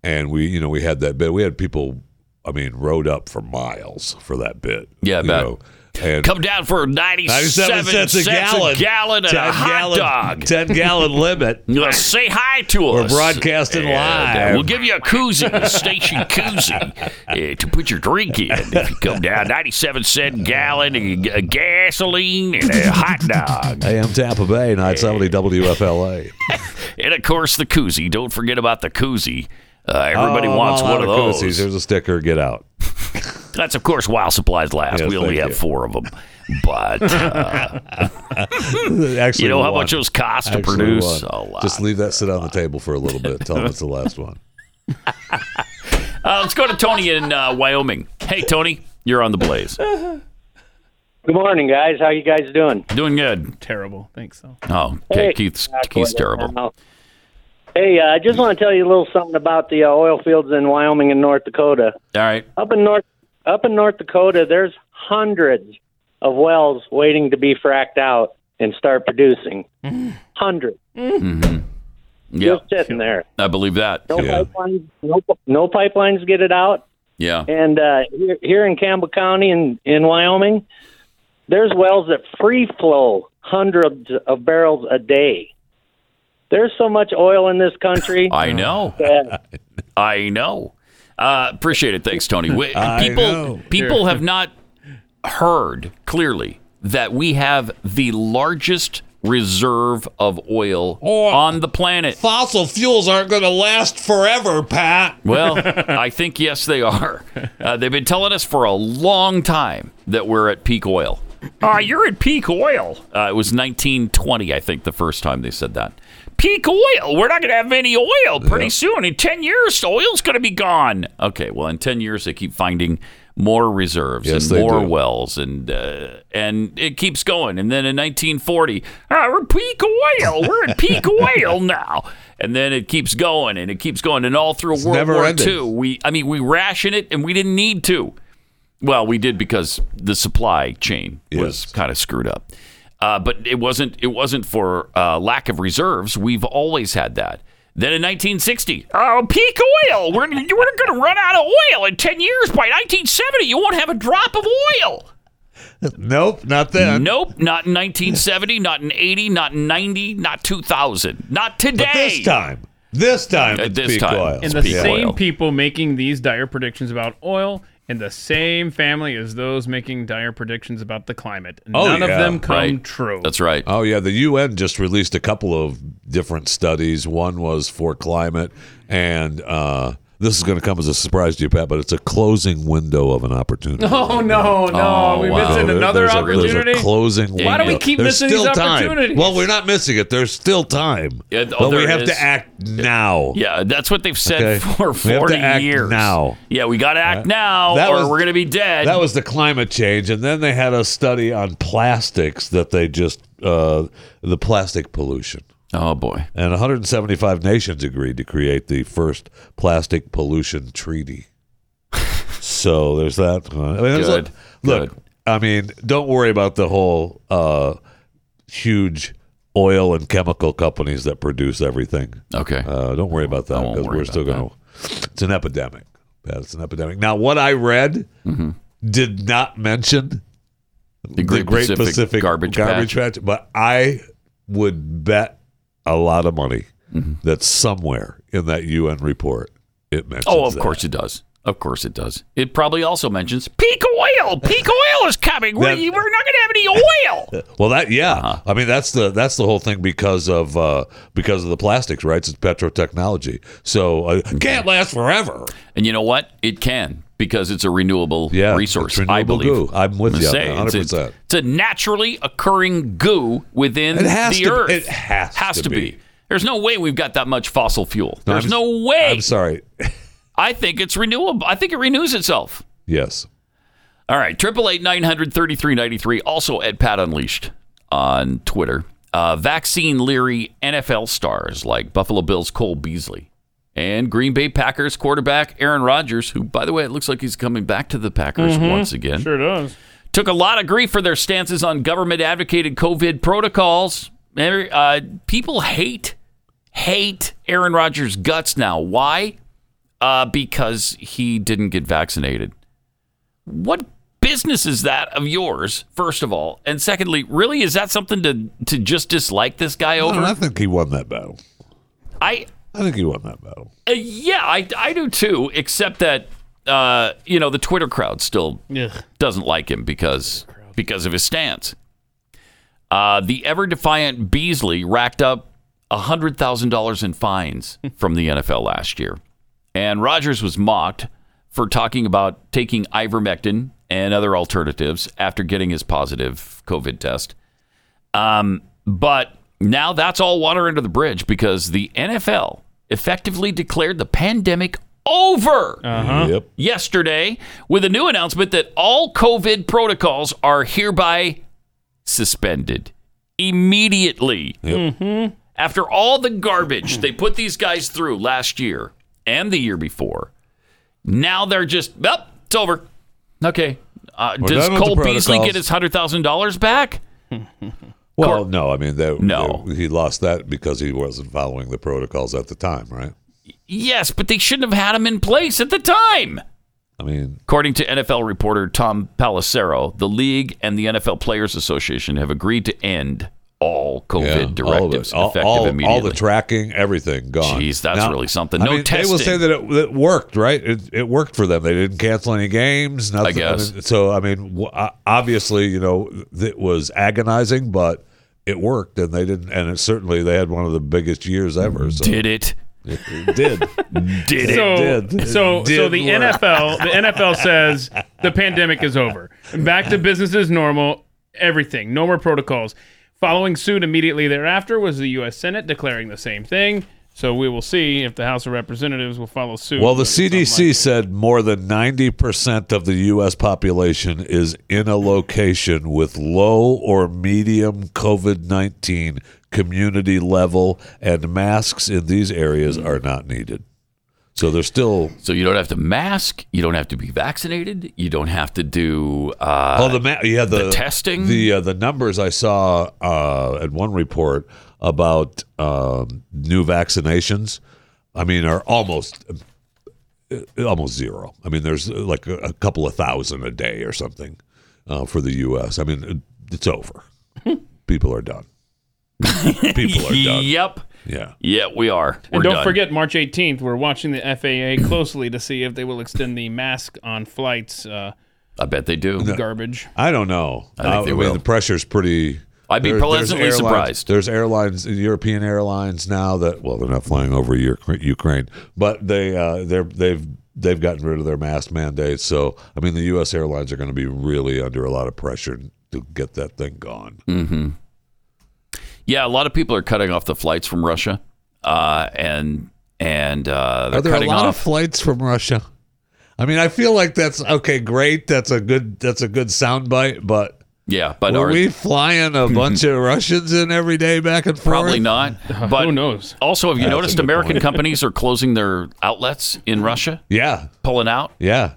E: And we, you know, we had that bit. We had people, I mean, rode up for miles for that bit.
D: Yeah, I
E: you
D: bet.
E: know. And
D: Come down for 97,
E: cents a gallon.
D: gallon and
E: 10
D: a hot
E: gallon-
D: dog.
E: 10 gallon limit.
D: You wanna say hi to
E: We're
D: us.
E: broadcasting
D: And, uh,
E: live.
D: We'll give you a koozie, a station koozie, uh, to put your drink in if you come down. 97 cent gallon of g- gasoline and a hot dog.
E: AM Tampa Bay, 970 WFLA.
D: And, of course, the koozie. Don't forget about the koozie. Uh, everybody
E: Oh, I'm
D: wants
E: all
D: one of
E: out
D: those.
E: koozies. There's a sticker. Get out.
D: That's, of course, while supplies last.
E: Yes,
D: we only
E: thank
D: have
E: you.
D: four of them. But uh,
E: Actually,
D: you know how
E: one.
D: much those cost to
E: Actually
D: produce?
E: one.
D: A lot.
E: Just leave that sit on the table for a little bit. Tell them it's the last one.
D: Uh, let's go to Tony in uh, Wyoming. Hey, Tony, you're on the blaze.
S: Good morning, guys. How you guys doing?
D: Doing good.
F: Terrible. Thanks. So.
D: Oh, okay.
S: Hey,
D: Keith's,
S: Jack,
D: Keith's
S: what
D: terrible.
S: the hell? Hey, uh, I just want to tell you a little something about the uh, oil fields in Wyoming and North Dakota.
D: All right.
S: Up in North up in North Dakota, there's hundreds of wells waiting to be fracked out and start producing. Hundreds
D: hmm Yeah,
S: just sitting there.
D: I believe that.
S: No pipelines. No, no pipelines get it out.
D: Yeah.
S: And uh, here, here in Campbell County in, in Wyoming, there's wells that free flow hundreds of barrels a day. There's so much oil in this country.
D: I know. I know. Uh, appreciate it. Thanks, Tony. We-
S: I
D: people
S: know.
D: people
S: Sure.
D: have not heard clearly that we have the largest reserve of oil on the planet.
E: Fossil fuels aren't going to last forever, Pat.
D: Well, I think yes, they are. Uh, they've been telling us for a long time that we're at peak oil. Ah, you're at peak oil. Uh, it was 1920, I think, the first time they said that. Peak oil. We're not going to have any oil pretty soon. In 10 years, oil's going to be gone. Okay, well, in 10 years, they keep finding more reserves
E: Yes,
D: and
E: they
D: more
E: do.
D: wells, and uh, and it keeps going. And then in 1940, ah, we're peak oil. We're at peak oil now. And then it keeps going and it keeps going. And all through World
E: never
D: War
E: ending.
D: II, we I mean, we ration it and we didn't need to. Well, we did because the supply chain was kind of screwed up. Uh, but it wasn't it wasn't for uh, lack of reserves. We've always had that. Then in 1960, oh, peak oil. We're, we're going to run out of oil in 10 years. By 1970, you won't have a drop of oil.
E: Nope, not then.
D: Nope, not in 1970, not in 80, not in 90, not 2000. Not today.
E: this time. This time.
D: At
E: it's
D: this
E: peak
D: time.
E: oil.
D: It's
F: And the
D: peak
F: same
D: oil.
F: people making these dire predictions about oil and the same family as those making dire predictions about the climate. None of them come true.
D: That's Oh, right.
E: Oh yeah, the UN just released a couple of different studies. One was for climate, and uh, This is going to come as a surprise to you, Pat, but it's a closing window of an opportunity.
F: No, no, no. we
E: So
F: missing
E: Oh, there-
F: Oh, another
E: there's a- there's
F: opportunity.
E: A, closing.
F: Why do we
E: window.
F: keep
E: There's
F: missing these
E: still time.
F: opportunities?
E: Well, we're not missing it. There's still time.
D: Yeah,
E: but
D: oh,
E: we
D: there
E: have
D: is.
E: to act now.
D: Yeah, that's what they've said
E: Okay.
D: for
E: We have to
D: 40
E: act
D: years.
E: now.
D: Yeah, we got to act now
E: That
D: or
E: was-
D: we're going to be dead.
E: That was the climate change, and then they had a study on plastics that they just uh, the plastic pollution.
D: Oh boy!
E: And 175 nations agreed to create the first plastic pollution treaty. so there's that. one. I mean, there's a-
D: Good,
E: look, I mean, don't worry about the whole uh, huge oil and chemical companies that produce everything.
D: Okay.
E: Uh, don't worry about that because
D: worry
E: we're still going. to It's an epidemic. Pat, it's an epidemic. Now, what I read did not mention the
D: Mm-hmm. Great Pacific garbage patch.
E: But I would bet a lot of money
D: Mm-hmm.
E: that somewhere in that UN report it mentions.
D: Oh, of
E: that.
D: course it does. Of course it does. It probably also mentions peak oil. Peak oil is coming. We're,
E: That-
D: we're not going to have any oil.
E: Well, that yeah.
D: Uh-huh.
E: I mean, that's the that's the whole thing because of uh, because of the plastics, right? It's petrotechnology, so uh,
D: Mm-hmm.
E: can't last forever.
D: And you know what? It can because it's a renewable resource. I
E: renewable
D: believe.
E: goo. I'm with
D: I'm
E: you
D: saying, it's-
E: 100%.
D: It's a naturally occurring goo within
E: It has
D: the
E: to be-
D: earth.
E: it has to
D: to be.
E: be.
D: There's no way we've got that much fossil fuel.
E: No,
D: There's
E: I'm-
D: no way.
E: I'm sorry.
D: I think it's renewable. I think it renews itself.
E: Yes.
D: All right, triple eight nine hundred thirty three ninety three. Also at Pat Unleashed on Twitter. Uh, vaccine leery NFL stars like Buffalo Bills Cole Beasley and Green Bay Packers quarterback Aaron Rodgers, who by the way it looks like he's coming back to the Packers
F: Mhm.
D: once again,
F: Sure does.
D: took a lot of grief for their stances on government advocated COVID protocols. Every- Uh, people hate hate Aaron Rodgers' guts now. Why? Uh, because he didn't get vaccinated. What business is that of yours? First of all, and secondly, really is that something to to just dislike this guy over?
E: I think he won that battle.
D: I
E: I think he won that battle.
D: uh, yeah, I, I do too. Except that uh, you know the Twitter crowd still
F: Ugh.
D: doesn't like him because because of his stance. Uh, the ever defiant Beasley racked up hundred thousand dollars in fines from the NFL last year, and Rogers was mocked for talking about taking ivermectin and other alternatives after getting his positive COVID test. Um, but now that's all water under the bridge because the NFL effectively declared the pandemic over
E: Yep.
D: yesterday with a new announcement that all COVID protocols are hereby suspended immediately.
F: Mm-hmm.
D: After all the garbage they put these guys through last year and the year before, now they're just, nope, it's over. Okay. Uh,
E: We're
D: does
E: done with the
D: Cole Beasley
E: protocols.
D: get his $100,000 back?
E: Well, no, I mean, they,
D: No.
E: they- he lost that because he wasn't following the protocols at the time, right?
D: Yes, but they shouldn't have had him in place at the time.
E: I mean,
D: According to NFL reporter Tom Palacero, the league and the NFL Players Association have agreed to end all COVID
E: yeah, all of it.
D: directives
E: all,
D: effective
E: all- all
D: immediately.
E: the tracking, everything gone.
D: Jeez, that's really something.
E: I
D: No
E: mean, They will say
D: testing.
E: that it, that it worked, right? It, it worked for them. They didn't cancel any games. Nothing.
D: guess.
E: mean, so, I mean, w- o- obviously, you know, it was agonizing, but it worked, and they didn't. And it, certainly, they had one of the biggest years ever. So.
D: Did it?
E: It, it did.
D: did
F: so,
E: It did.
F: So,
E: It
F: so
E: did
F: the
E: work.
F: NFL, the NFL says the pandemic is over. Back to business as normal. Everything. No more protocols. Following suit immediately thereafter was the U.S. Senate declaring the same thing. So we will see if the House of Representatives will follow suit.
E: Well, the CDC said more than 90% of the U.S. population is in a location with low or medium COVID 19 community level, and masks in these areas are not needed. So they're still.
D: So you don't have to mask. You don't have to be vaccinated. You don't have to do. Uh,
E: Oh, the ma- yeah, the,
D: testing?
E: The uh, the numbers I saw uh, at one report about um, new vaccinations, I mean, are almost uh, almost zero. I mean, there's uh, like a, a couple of thousand a day or something uh, for the U.S. I mean, it- it's over. People are done. People are done.
D: Yep.
E: Yeah.
D: Yeah, we are. We're
F: And don't
D: done.
F: forget, March 18th, we're watching the FAA closely to see if they will extend the mask on flights. Uh,
D: I bet they do.
F: garbage.
E: I don't know.
D: I think
E: Uh,
D: they
E: mean,
D: will.
E: the pressure's pretty.
D: I'd be
E: There- there's
D: pleasantly
E: airlines-
D: surprised.
E: There's airlines, European airlines now that well, they're not flying over Ur- Ukraine, but they uh, they're they've they've gotten rid of their mask mandates. So I mean, the U.S. airlines are going to be really under a lot of pressure to get that thing gone.
D: Mm-hmm. Yeah, a lot of people are cutting off the flights from Russia, uh, and and uh, they're
E: Are there a
D: cutting
E: lot
D: off.
E: of flights from Russia? I mean, I feel like that's okay. Great, that's a good that's a good soundbite, but
D: yeah, but are
E: were we flying a bunch of Russians in every day back and forth?
D: Probably not. But
E: Who
D: knows? Also, have you
E: That's a
D: noticed
E: good
D: American
E: point.
D: companies are closing their outlets in Russia?
E: Yeah,
D: pulling out.
E: Yeah,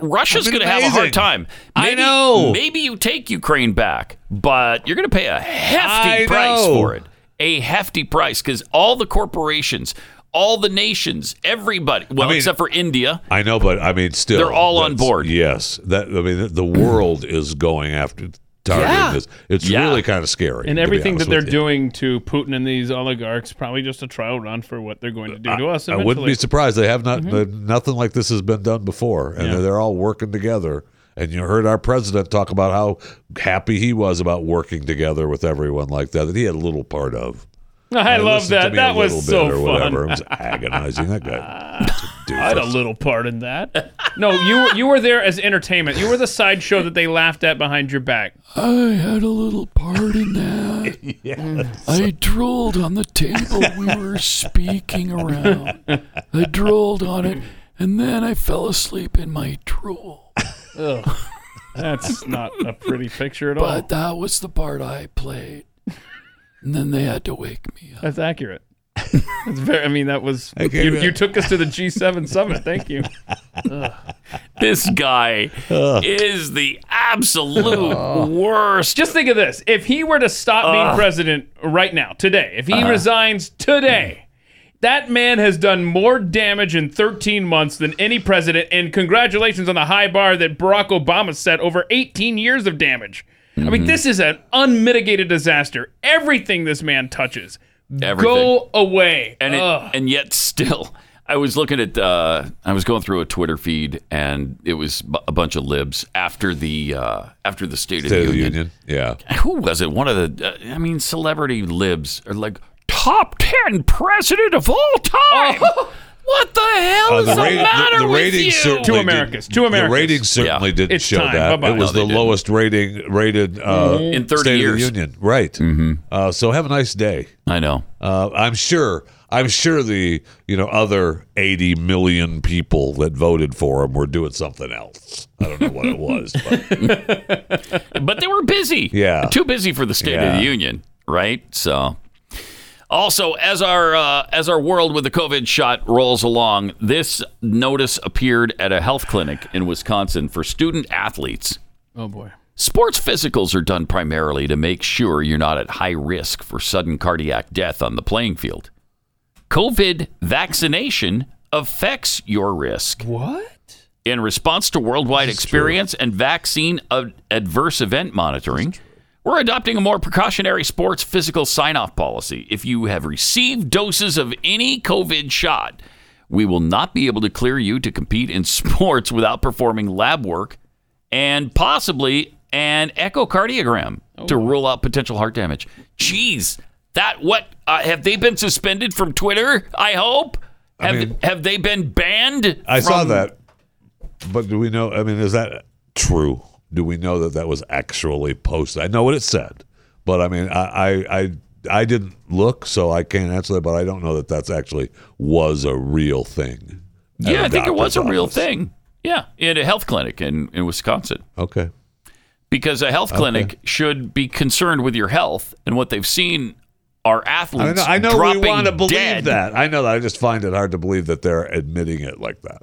D: Russia's
E: That's
D: going to have a
E: amazing.
D: hard time.
E: I
D: Maybe,
E: know.
D: Maybe you take Ukraine back, but you're going to pay a hefty
E: I
D: price
E: know.
D: for it. A hefty price because all the corporations, all the nations, everybody, well, except for India,
E: I know, but I mean, still,
D: They're all on
E: that's-
D: board.
E: Yes, that I mean, the- the world is going after targeting
F: Yeah.
E: this. It's really kind of scary,
F: And
E: to be
F: everything that
E: honest
F: they're
E: with you.
F: doing to Putin and these oligarchs probably just a trial run for what they're going to do to us.
E: I wouldn't
F: eventually.
E: be surprised. They have not
F: Mhm.
E: uh, nothing like this has been done before, and
F: Yeah.
E: they're, they're all working together. And you heard our president talk about how happy he was about working together with everyone like that that he had a little part of.
F: I love
E: listened to
F: that.
E: me a
F: That was
E: little
F: so
E: bit or
F: fun.
E: Whatever. I was agonizing that guy.
F: I had a little part in that. No, you you were there as entertainment. You were the sideshow that they laughed at behind your back.
D: I had a little part in that. I drooled on the table we were speaking around. I drooled on it, and then I fell asleep in my drool.
F: Ugh. That's not a pretty picture at all.
D: But that was the part I played. And then they had to wake me
F: That's accurate. That's very, I mean, that was
D: I gave
F: you,
D: it-
F: you took us to the G7 summit. Thank you. Ugh.
D: This guy is the absolute worst.
F: Just think of this: if he were to stop
D: Ugh.
F: being president right now, today, if he
D: Uh-huh.
F: resigns today, that man has done more damage in 13 months than any president. And congratulations on the high bar that Barack Obama set over 18 years of damage. I mean, this is an unmitigated disaster. Everything this man touches,
D: Everything.
F: go away.
D: and it,
F: Ugh.
D: and yet still i was looking at uh, i was going through a twitter feed and it was b- a bunch of libs after the uh, after the state,
E: State
D: of the union.
E: Union. Yeah.
D: who was it one of the uh, i mean celebrity libs are like top 10 president of all time what the hell
E: Uh,
D: is the,
E: ra-
D: matter with you
E: certainly
F: Two
E: did-
F: Americas, two Americas.
E: The ratings certainly
D: Yeah.
E: didn't
F: It's
E: show
F: time.
E: that.
F: Bye-bye.
E: It was
F: No, they
E: the
F: didn't.
E: lowest rating rated uh,
D: Mhm. In 30
E: State of the
D: years.
E: Union. Right. Mm-hmm. Uh, so have a nice day.
D: I know.
E: Uh, I'm sure. I'm sure the you know other 80 million people that voted for him were doing something else. I don't know what it was. But
D: but they were busy.
E: Yeah.
D: too busy for the State of
E: Yeah.
D: the Union, right? So, also as our uh, as our world with the COVID shot rolls along, this notice appeared at a health clinic in Wisconsin for student athletes.
F: oh boy.
D: Sports physicals are done primarily to make sure you're not at high risk for sudden cardiac death on the playing field. COVID vaccination affects your risk.
F: What?
D: In response to worldwide experience and vaccine ad- adverse event monitoring, we're adopting a more precautionary sports physical sign off policy. If you have received doses of any COVID shot, we will not be able to clear you to compete in sports without performing lab work and possibly an echocardiogram
E: Oh,
D: to rule out potential heart damage. Jeez, that what uh, have they been suspended from Twitter? I hope. Have, have they been banned?
E: I saw
D: from-
E: that. But do we know? I mean, is that true? Do we know that that was actually posted? I know what it said, but I mean, I I I, I didn't look, so I can't answer that. But I don't know that that's actually was a real thing. at
D: Yeah,
E: a
D: I think it was
E: doctor's
D: a real
E: office.
D: thing. Yeah, in a health clinic in, in Wisconsin.
E: Okay.
D: Because a health
E: Okay.
D: clinic should be concerned with your health, and what they've seen are
E: I
D: athletes.
E: know, I know
D: dropping
E: we want to believe
D: dead.
E: that. I know that. I just find it hard to believe that they're admitting it like that.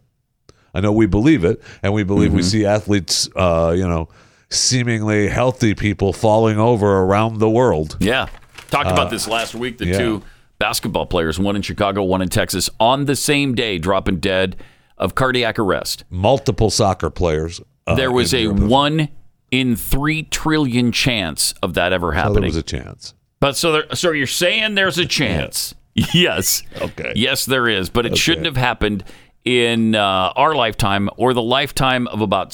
E: I know we believe it, and we believe
D: Mm-hmm.
E: we see athletes, uh, you know, seemingly healthy people falling over around the world.
D: Yeah, talked
E: Uh,
D: about this last week. The
E: yeah.
D: two basketball players, one in Chicago, one in Texas, on the same day, dropping dead of cardiac arrest.
E: Multiple soccer players. uh,
D: there was
E: in
D: a
E: Europe.
D: one in three trillion chance of that ever happening.
E: there was a chance.
D: But so, there, so you're saying there's a chance? Yes.
E: Okay.
D: Yes, there is, but it shouldn't have happened in uh, our lifetime or the lifetime of about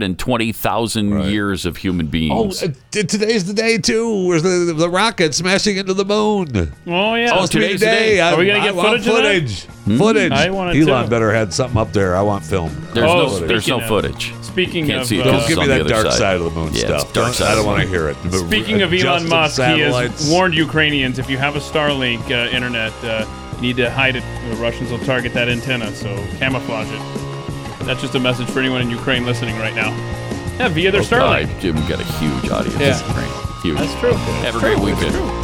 D: 620,000 years of human
E: Oh,
D: beings.
E: uh, t- today's the day too. Where's the, the rocket smashing into the moon?
F: Oh yeah.
E: Supposed to be
F: Today's the
E: today.
F: day.
E: I-
F: Are we gonna
E: I
F: get
E: want
F: footage? of that?
E: Footage.
F: Hmm.
E: Footage.
F: I want it
E: Elon
F: too.
E: better had something up there. I want film.
D: There's
F: uh,
D: no- Oh, there's no speaking of- footage.
F: speaking Can't of, uh, see it 'cause
E: don't
F: it's
E: give me
F: on the
E: that
F: other
E: dark
F: side.
E: side. of the moon
D: Yeah, it's
E: stuff.
D: dark
E: Don't-
D: side
E: I
D: of
E: don't
D: the
E: want to
D: moon.
E: hear it.
F: Speaking of Elon
E: Adjusted
F: Musk, he
E: satellites.
F: has warned Ukrainians if you have a Starlink uh, internet, uh, you need to hide it. The Russians will target that antenna, so camouflage it. That's just a message for anyone in Ukraine listening right now. Yeah, via their
D: Oh,
F: Starlink.
D: God, Jim got a huge audience.
F: Yeah.
D: Great. Huge.
F: That's true.
D: Have a great
F: True. It's
D: weekend.
F: true.